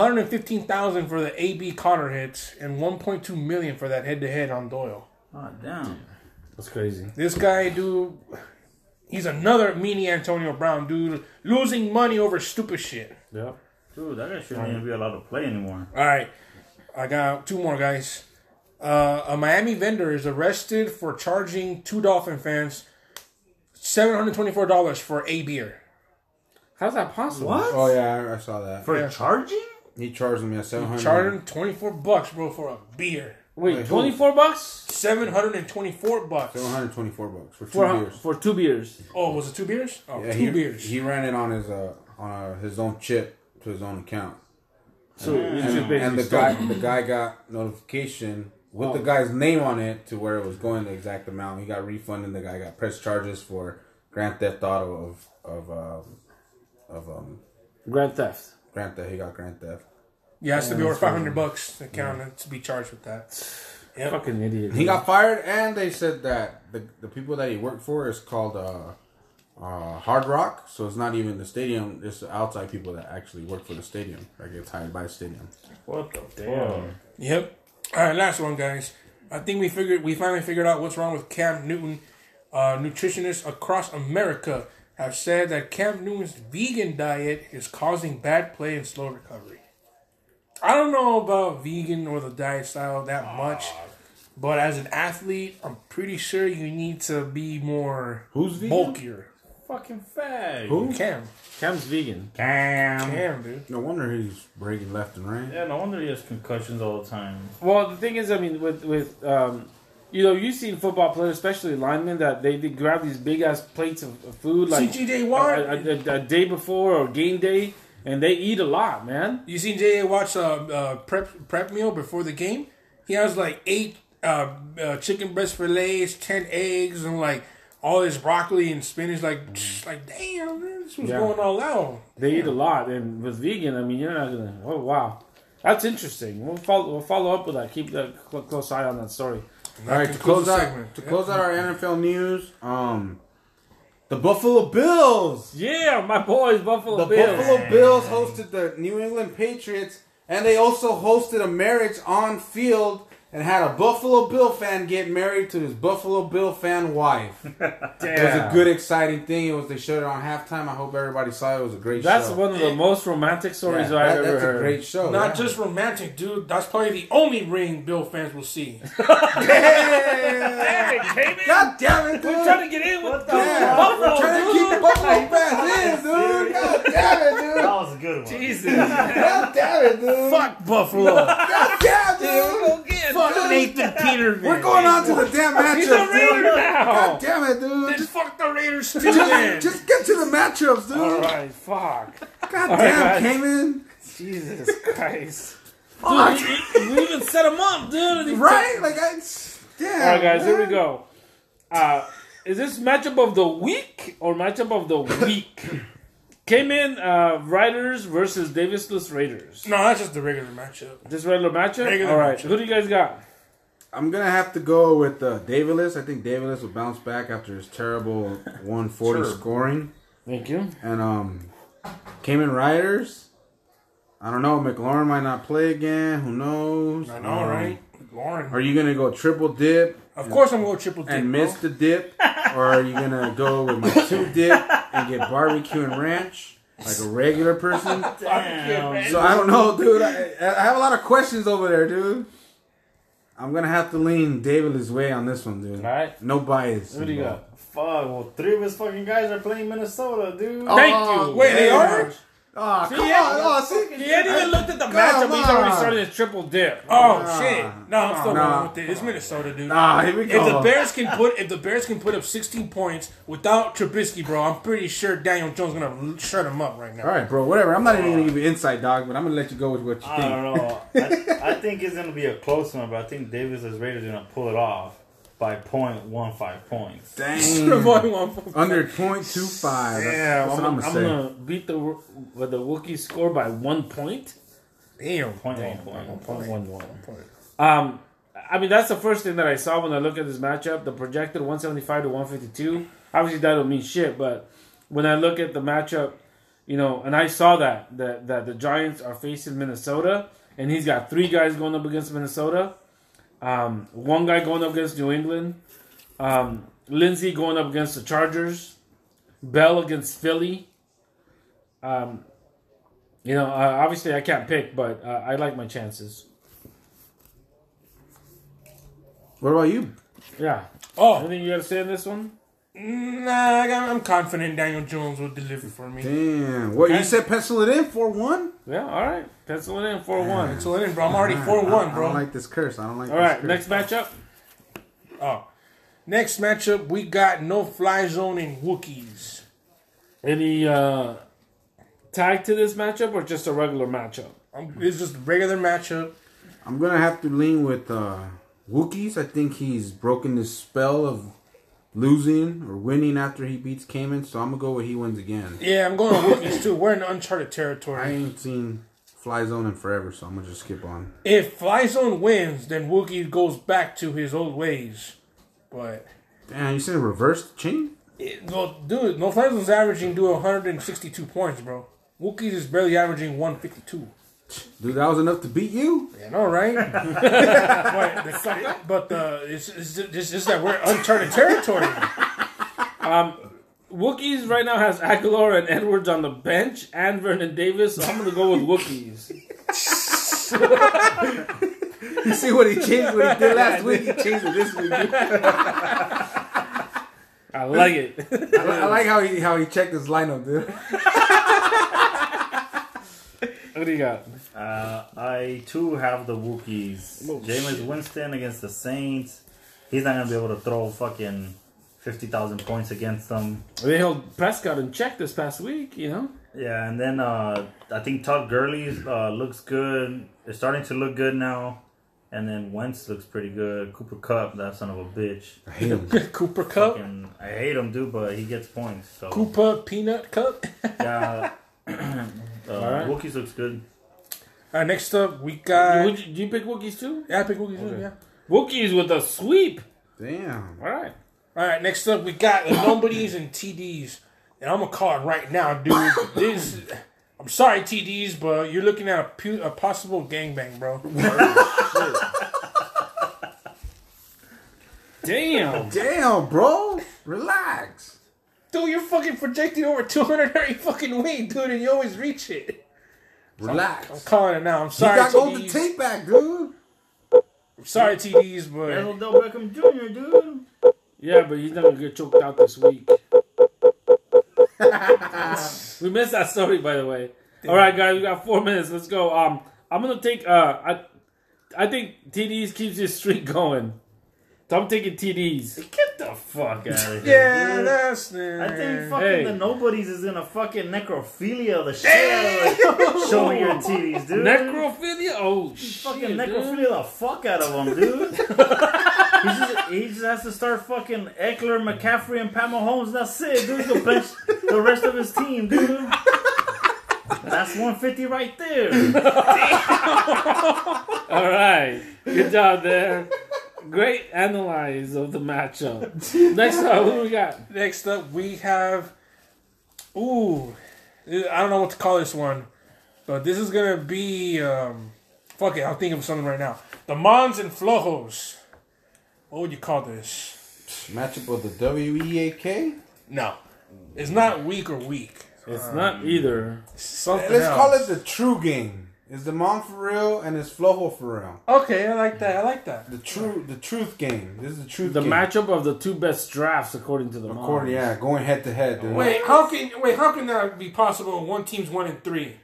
S4: 115,000 for the AB Connor hits and 1.2 million for that head-to-head on Doyle.
S3: Oh damn.
S1: That's crazy.
S4: This guy, dude, he's another mini Antonio Brown, dude, losing money over stupid shit.
S1: Yeah.
S3: Dude, that guy shouldn't even be allowed to play anymore.
S4: All right, I got two more guys. Uh, a Miami vendor is arrested for charging two Dolphin fans seven hundred twenty-four dollars for a beer.
S1: How's that possible?
S2: Oh yeah, I, I saw that.
S3: For
S4: Yeah.
S3: charging?
S2: He charged him yeah seven
S4: Charging
S2: hundred.
S4: twenty-four bucks, bro, for a beer.
S1: Wait,
S2: Wait, who?
S1: twenty four bucks
S4: Seven hundred and twenty-four bucks.
S2: Seven hundred twenty-four bucks for two
S1: for
S2: years.
S1: for two beers.
S4: Oh, was it two beers? Oh, two
S2: Yeah, he,
S4: beers.
S2: He ran it on his uh on uh, his own chip to his own account.
S1: So you should basically
S2: and the
S1: stop.
S2: guy the guy got notification with the guy's name on it to where it was going the exact amount. He got refunded. The guy got press charges for grand theft auto of of um, of um
S1: grand theft.
S2: grand theft. He got grand theft.
S4: yeah, has to be over five hundred bucks to count and to be charged with that.
S1: Fucking idiot.
S2: He got fired, and they said that the the people that he worked for is called uh, uh Hard Rock. So it's not even the stadium. It's the outside people that actually work for the stadium that gets hired by the stadium.
S3: What the fuck?
S4: Yep. All right, last one, guys. I think we figured we finally figured out what's wrong with Cam Newton. Uh, nutritionists across America have said that Cam Newton's vegan diet is causing bad play and slow recovery. I don't know about vegan or the diet style that much, but as an athlete, I'm pretty sure you need to be more
S2: Who's vegan?
S4: bulkier.
S1: fucking fag.
S4: Cam,
S1: Cam's vegan.
S3: Damn.
S4: Cam, dude.
S2: No wonder he's breaking left and right.
S3: Yeah, no wonder he has concussions all the time.
S1: Well, the thing is, I mean, with with um, you know, you've seen football players, especially linemen, that they, they grab these big ass plates of, of food like
S4: CJ
S1: a,
S4: Watt.
S1: a, a, a day before or game day, and they eat a lot, man.
S4: You seen J.A. watch a uh, uh, prep prep meal before the game? He has like eight uh, uh, chicken breast fillets, ten eggs, and like all this broccoli and spinach. Like,
S2: Mm.
S4: psh, like damn, man, this was
S1: Yeah.
S4: going all out.
S1: They eat a lot, and with vegan, I mean, you're not gonna. Oh wow, that's interesting. We'll follow we'll follow up with that. Keep a cl- close eye on that story.
S2: All right, to
S4: concludes
S2: close
S4: the
S2: out
S4: segment.
S2: to
S4: Yeah.
S2: close out our NFL news. Um, the The Buffalo Bills.
S1: Yeah, my boys, Buffalo
S2: The
S1: Bills.
S2: Buffalo Bills hosted the New England Patriots, and they also hosted a marriage on field and had a Buffalo Bill fan get married to his Buffalo Bill fan wife. It was a good, exciting thing. It was they showed it on halftime. I hope everybody saw it. It was a great
S1: That's
S2: show.
S1: one of the most romantic stories
S2: Yeah,
S1: I've
S2: that-
S1: ever
S2: that's
S1: heard.
S2: a great show.
S4: Not
S2: Oh, yeah. (laughs)
S4: just romantic, dude. That's probably the only ring Bill fans
S2: (laughs)
S4: will see.
S2: Yeah.
S1: Damn it, baby!
S2: God damn it, dude.
S1: We're trying to get in with
S3: What the
S2: yeah.
S3: fuck?
S2: We're trying to keep the Buffalo fans in, dude. God damn it,
S1: (laughs)
S3: That
S2: dude.
S3: was a good
S2: (laughs)
S3: one.
S1: Jesus.
S2: God damn it, dude.
S1: Fuck Buffalo.
S2: God damn, dude.
S1: (laughs) Fuck Nathan Peterman.
S2: We're going on to the damn
S1: He's a
S2: matchups, dude.
S1: Raider now.
S2: God damn it, dude.
S4: Just
S2: Just,
S4: fuck the Raiders, too, man.
S2: just, just get to the matchups, dude.
S1: All right, fuck.
S2: God
S1: guys.
S2: damn, came in.
S1: Jesus Christ.
S2: Fuck.
S1: Dude, we, we even set him up, dude. He-
S2: Right? Like, I. Damn.
S1: All right, guys, here we
S2: man.
S1: go. Uh, is this matchup of the week or matchup of the week? Came in uh, Riders versus Davisless Raiders.
S4: no, that's just the regular matchup.
S1: Just regular matchup.
S4: Regular
S1: All right,
S4: matchup.
S1: who do you guys got?
S2: I'm gonna have to go with uh, Davidless. I think Davidless will bounce back after his terrible (laughs) 140 scoring.
S1: Thank you.
S2: And um, Cayman Riders. I don't know. McLaurin might not play again. Who knows?
S4: I know,
S2: Um,
S4: right? Lauren.
S2: Are you gonna go triple dip
S4: of course I'm going triple dip,
S2: and
S4: bro.
S2: miss the dip, or are you gonna go with my two dip and get barbecue and ranch like a regular person?
S3: Damn.
S2: So I don't know, dude. I, I have a lot of questions over there, dude. I'm gonna have to lean David's way on this one, dude.
S1: Alright.
S2: No bias.
S1: Who do you got?
S3: Fuck, well, three of his fucking guys are playing Minnesota, dude.
S1: Thank
S2: Oh,
S1: you.
S4: Wait, they are?
S2: Oh, come
S1: yeah.
S2: on. Oh, see,
S1: He hadn't even looked at the matchup.
S2: Come
S1: He's already
S2: on.
S1: started his triple dip.
S4: Oh shit! No, I'm still
S2: Nah.
S4: going with it. It's Minnesota, dude.
S2: Ah, here we
S4: If the
S2: go.
S4: Bears can put if the Bears can put up 16 points without Trubisky, bro, I'm pretty sure Daniel Jones gonna l- shut him up right now.
S2: All
S4: (laughs)
S2: right, bro. Whatever. I'm not even
S1: Oh.
S2: gonna give you insight, dog. But I'm gonna let you go with what you
S3: I
S2: think.
S3: don't know. (laughs) I, I think it's gonna be a close one, but I think Davis is Raiders gonna pull it off by point one five
S1: (laughs)
S3: points.
S2: Dang.
S4: Volume on-
S2: Under point two five.
S1: Yeah,
S2: That's, that's
S1: I'm,
S2: what I'm
S1: gonna,
S2: gonna
S1: I'm
S2: say.
S1: gonna beat the with the Wookiee score by one point.
S4: Damn.
S3: Point one point.
S1: Point one one. Um, I mean that's the first thing that I saw when I look at this matchup. The projected 175 to 152. Obviously, that don't mean shit. But when I look at the matchup, you know, and I saw that that that the Giants are facing Minnesota, and he's got three guys going up against Minnesota. Um, one guy going up against New England. Um, Lindsey going up against the Chargers. Bell against Philly. Um, you know, uh, obviously I can't pick, but uh, I like my chances.
S2: What about you?
S1: Yeah.
S4: Oh,
S1: Anything you gotta say on this one?
S4: nah, I got- I'm confident Daniel Jones will deliver for me.
S2: Damn. What
S4: Okay.
S2: you said? Pencil it in for one.
S1: Yeah. All right. Pencil it in four one.
S4: So then, bro, I'm already four
S2: I,
S4: one,
S2: I don't
S4: bro.
S2: like this curse. I don't like.
S1: All
S2: this
S1: right.
S2: curse.
S1: Next matchup.
S4: Oh, next matchup we got no fly zone and Wookiees.
S1: Any uh, tag to this matchup or just a regular matchup?
S4: Um, It's just regular matchup.
S2: I'm gonna have to lean with uh, Wookiees. I think he's broken this spell of losing or winning after he beats Cayman, so I'm gonna go with he wins again.
S4: Yeah, I'm going with Wookiees too. We're in uncharted
S2: I
S4: territory.
S2: ain't seen Fly Zone in forever, so I'm gonna just skip on.
S4: If fly zone wins, then Wookiee goes back to his old ways. But
S2: Damn, you said reverse the chain?
S4: It- No, dude, No Flames was averaging do 162 points, bro. Wookiees is barely averaging 152.
S2: Dude, that was enough to beat you? (laughs)
S4: You
S1: (laughs)
S4: know, right? but the, but the, it's, it's, just, it's just that we're
S1: (laughs)
S4: uncharted territory.
S1: Wookiees right now has Aguilar and Edwards on the bench and Vernon Davis. So I'm gonna go with Wookiees.
S2: You see what he changed what he did last week? He changed it this week. dude. I,
S1: I like it. (laughs)
S2: I like how he how he checked his lineup, dude.
S1: what do you got?
S3: Uh, I too have the Wookiees. Jameis Winston against the Saints. He's not gonna be able to throw fucking fifty thousand points against them.
S1: They held Prescott in check this past week. You know.
S3: Yeah, and then uh, I think Todd Gurley uh, looks good. It's starting to look good now. And then Wentz looks pretty good. Cooper Cup, that son of a bitch.
S2: I hate him.
S4: Cooper Cup,
S3: Fucking, I hate him, dude, but he gets points. So
S4: Cooper Peanut Cup.
S3: yeah, uh,
S1: right.
S3: Wookiees looks good.
S4: All right, next up, we got.
S1: Would you, do you pick Wookiees too?
S4: yeah, I pick Wookiees, in, yeah.
S1: Wookiees with a sweep.
S2: Damn.
S1: All right.
S4: All right, next up we got the nobodies and TDs, and I'm gonna call it right now, dude. This, I'm sorry, TDs, but you're looking at a, pu- a possible gangbang, bro.
S1: Damn.
S2: Damn, bro. Relax.
S4: Dude, you're fucking projecting over 200 every fucking week, dude, and you always reach it. I'm
S2: Relax.
S4: calling it now. I'm
S2: You
S4: sorry,
S2: got all the
S4: TDs.
S2: tape back, dude.
S4: I'm sorry, TDs,
S3: That's
S4: but
S3: Odell Beckham Jr., dude.
S1: Yeah, but he's not gonna get choked out this
S3: (laughs)
S1: week. we missed that story, by the way. All right, guys, we got four minutes. Let's go. Um, I'm gonna take. Uh, I, I think TDs keeps his streak going. So I'm taking TDs.
S3: Get the fuck out of here.
S4: yeah,
S3: dude.
S4: that's
S3: I think fucking
S1: Hey.
S3: the nobodies is gonna fucking necrophilia the shit out of like, showing your titties, dude.
S1: Necrophilia. Oh shit!
S3: fucking
S1: dude.
S3: necrophilia the fuck out of him, (laughs) dude. he, just, he just has to start fucking Eckler, McCaffrey, and Pat Mahomes. That's it, dude. The bench the rest of his team, dude. That's 150 right there.
S1: All right, good job there. Great analyze of the matchup. Next up, who we got?
S4: Next up, we have. Ooh, I don't know what to call this one, but this is gonna be. Um, fuck it, I'll think of something right now. The Mons and Flojos. What would you call this?
S2: Matchup of the E WEAK.
S4: No, it's not weak or weak.
S1: It's
S3: Um,
S1: not either.
S4: It's something
S2: Let's
S4: else.
S2: call it the true game. It's the mom for real and it's Flojo for real.
S4: Okay, I like that. I like that.
S2: The true, the truth game. This is the truth.
S1: The
S2: game.
S1: matchup of the two best drafts, according to the
S2: According,
S1: moms.
S2: yeah, going head to head. dude.
S4: Wait, how can wait? How can that be possible? when One team's one and three.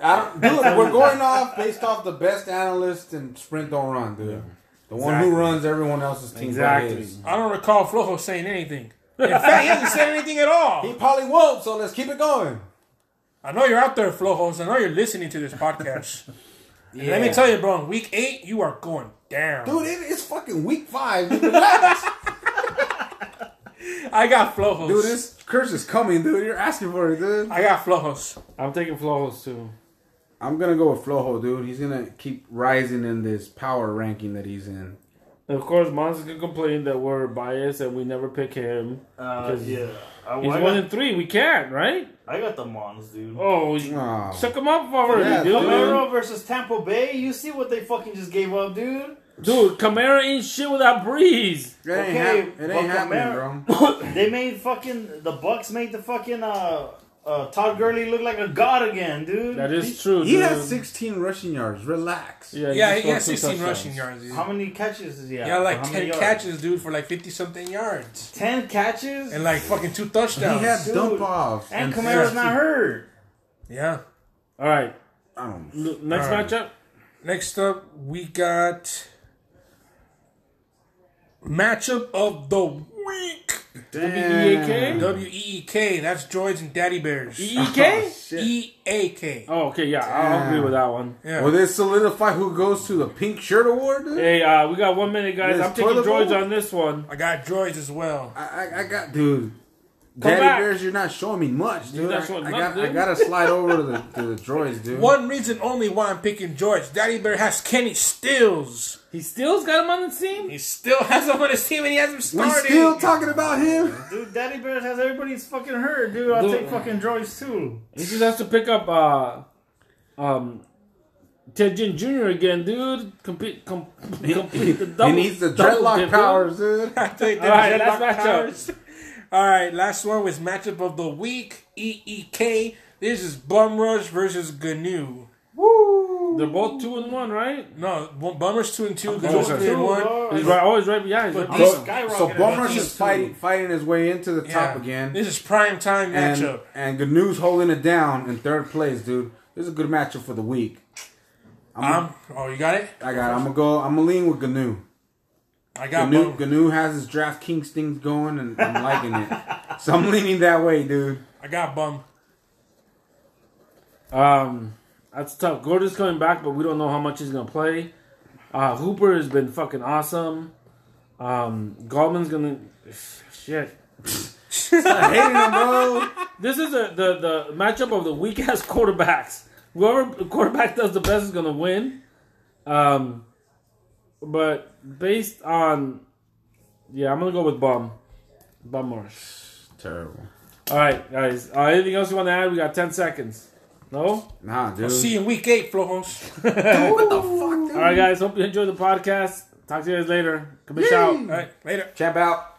S2: I don't, dude, (laughs) we're going off based off the best analyst and sprint don't run, dude. The one who
S4: Exactly.
S2: runs everyone else's team. but
S1: Exactly.
S2: his.
S4: I don't recall Flojo saying anything. In fact, he hasn't said anything at all.
S2: He probably won't. So let's keep it going.
S4: I know you're out there, Flojos. I know you're listening to
S2: (laughs)
S4: this podcast. And Let me tell you, bro. In week eight, you are going down.
S2: dude, it, it's fucking week five. dude, Relax,
S4: I got
S2: (laughs)
S4: Flojos.
S2: dude. This curse is coming, dude. You're asking for it, dude.
S4: I got Flojos.
S1: I'm taking Flojos too.
S2: I'm gonna go with Flojo, dude. He's gonna keep rising in this power ranking that he's in.
S1: And of course, Mons can complain that we're biased and we never pick him.
S3: Uh, yeah. I,
S1: He's one
S3: I, got,
S1: and three. We can't, right?
S3: I got the Mons, dude.
S1: Oh, you
S2: Oh.
S1: suck him up already,
S2: Yeah,
S1: dude.
S3: Camaro versus Tampa Bay. You see what they fucking just gave up, dude.
S1: Dude, Camara ain't shit without Breeze.
S2: It ain't,
S3: Okay,
S2: hap- it ain't
S3: but
S2: happening,
S3: Camaro-
S2: bro.
S3: They made fucking the Bucks made the fucking uh, uh Todd Gurley look like a god again, dude.
S1: That is true.
S2: He
S1: dude.
S2: has 16 rushing yards. Relax.
S4: Yeah,
S1: just
S4: he
S1: scored
S4: has
S1: two
S4: 16
S1: touchdowns.
S4: rushing yards. Dude.
S3: How many catches does he have?
S4: Yeah, like
S3: How
S4: 10
S3: many yards?
S4: catches, dude, for like 50 something yards.
S3: Ten catches.
S4: And
S3: And,
S4: like fucking two touchdowns.
S2: He had
S3: Dude.
S2: dump offs.
S3: Camaro's not hurt.
S4: yeah.
S1: All right.
S2: I don't know.
S1: l- Next
S4: All right.
S1: matchup.
S4: Next up, we got matchup of the week.
S1: W-E-A-K?
S4: W E E K. That's Droids and Daddy Bears.
S2: E (laughs) Oh,
S1: E-E-K?
S4: E A K.
S1: Oh, okay. Yeah, I'll agree with that one.
S4: Yeah.
S2: Will this solidify who goes to the pink shirt award? Dude?
S1: Hey, uh, we got one minute, guys.
S2: Yes,
S1: I'm taking
S2: toilet bowl?
S1: droids on this one.
S4: I got Droids as well.
S2: I, I, I got, dude. Daddy
S1: back.
S2: Bears, you're not showing me much, dude.
S1: not
S2: I-
S1: showing
S2: I,
S1: nothing,
S2: got, I
S1: dude.
S2: gotta slide over to the, to the droids, dude.
S4: One reason only why I'm picking Droids. Daddy Bear has Kenny Stills.
S1: He still's got him on the team?
S4: He still has him on his team and he hasn't
S2: We
S4: started.
S2: still talking about him?
S3: Dude, Daddy Bears has everybody's fucking hurt, dude. I'll
S1: Dude.
S3: take fucking droids too.
S1: He just has to pick up uh, um, Ted Jin Jr. again, dude. Complete, com- complete the double.
S2: (laughs) he needs the
S1: double dip,
S2: dreadlock
S1: dude.
S2: powers, dude.
S4: (laughs) I think
S1: All right,
S4: that
S1: last
S4: Dreadlock
S1: matchup.
S4: powers. All right, last one was matchup of the week. E E K. This is Bum Rush versus Gnu.
S1: They're both two and one, right?
S4: No, Bum- Bum Rush two and two.
S1: Oh,
S4: Gnu's
S1: okay.
S4: three and one.
S3: Two,
S1: He's right, always right. Yeah, he's right.
S4: But
S1: behind.
S4: these-
S2: So,
S3: skyrocketed
S2: so Bum Rush
S4: these
S2: is
S4: two.
S2: fighting, fighting his way into the
S4: Yeah.
S2: top again.
S4: This is prime time
S2: and,
S4: matchup.
S2: and Gnu's holding it down in third place, dude. This is a good matchup for the week.
S4: Um, oh, you got it.
S2: I got. I'm gonna go. I'm gonna lean with Gnu.
S4: I got
S2: Gnu,
S4: Bum.
S2: Gnu has his DraftKings things going, and I'm liking it. So I'm leaning that way, dude.
S4: I got Bum.
S1: Um, that's tough. Gordon's coming back, but we don't know how much he's gonna play. Uh, Hooper has been fucking awesome. Um, Goldman's gonna (sighs) shit.
S2: I hated him, bro.
S1: This is a, the the matchup of the weak ass (laughs) quarterbacks. Whoever quarterback does the best is gonna win. Um, but based on yeah, I'm gonna go with Bum. Bummer.
S2: Terrible.
S1: All right, guys. Uh, anything else you want to add? We got 10 seconds. No?
S2: Nah, dude.
S4: See you in week eight, Flojos.
S2: what the fuck, dude?
S1: All right, guys. Hope you enjoyed the podcast. Talk to you guys later. Come out.
S4: All right, later.
S2: Champ out.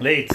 S3: Late.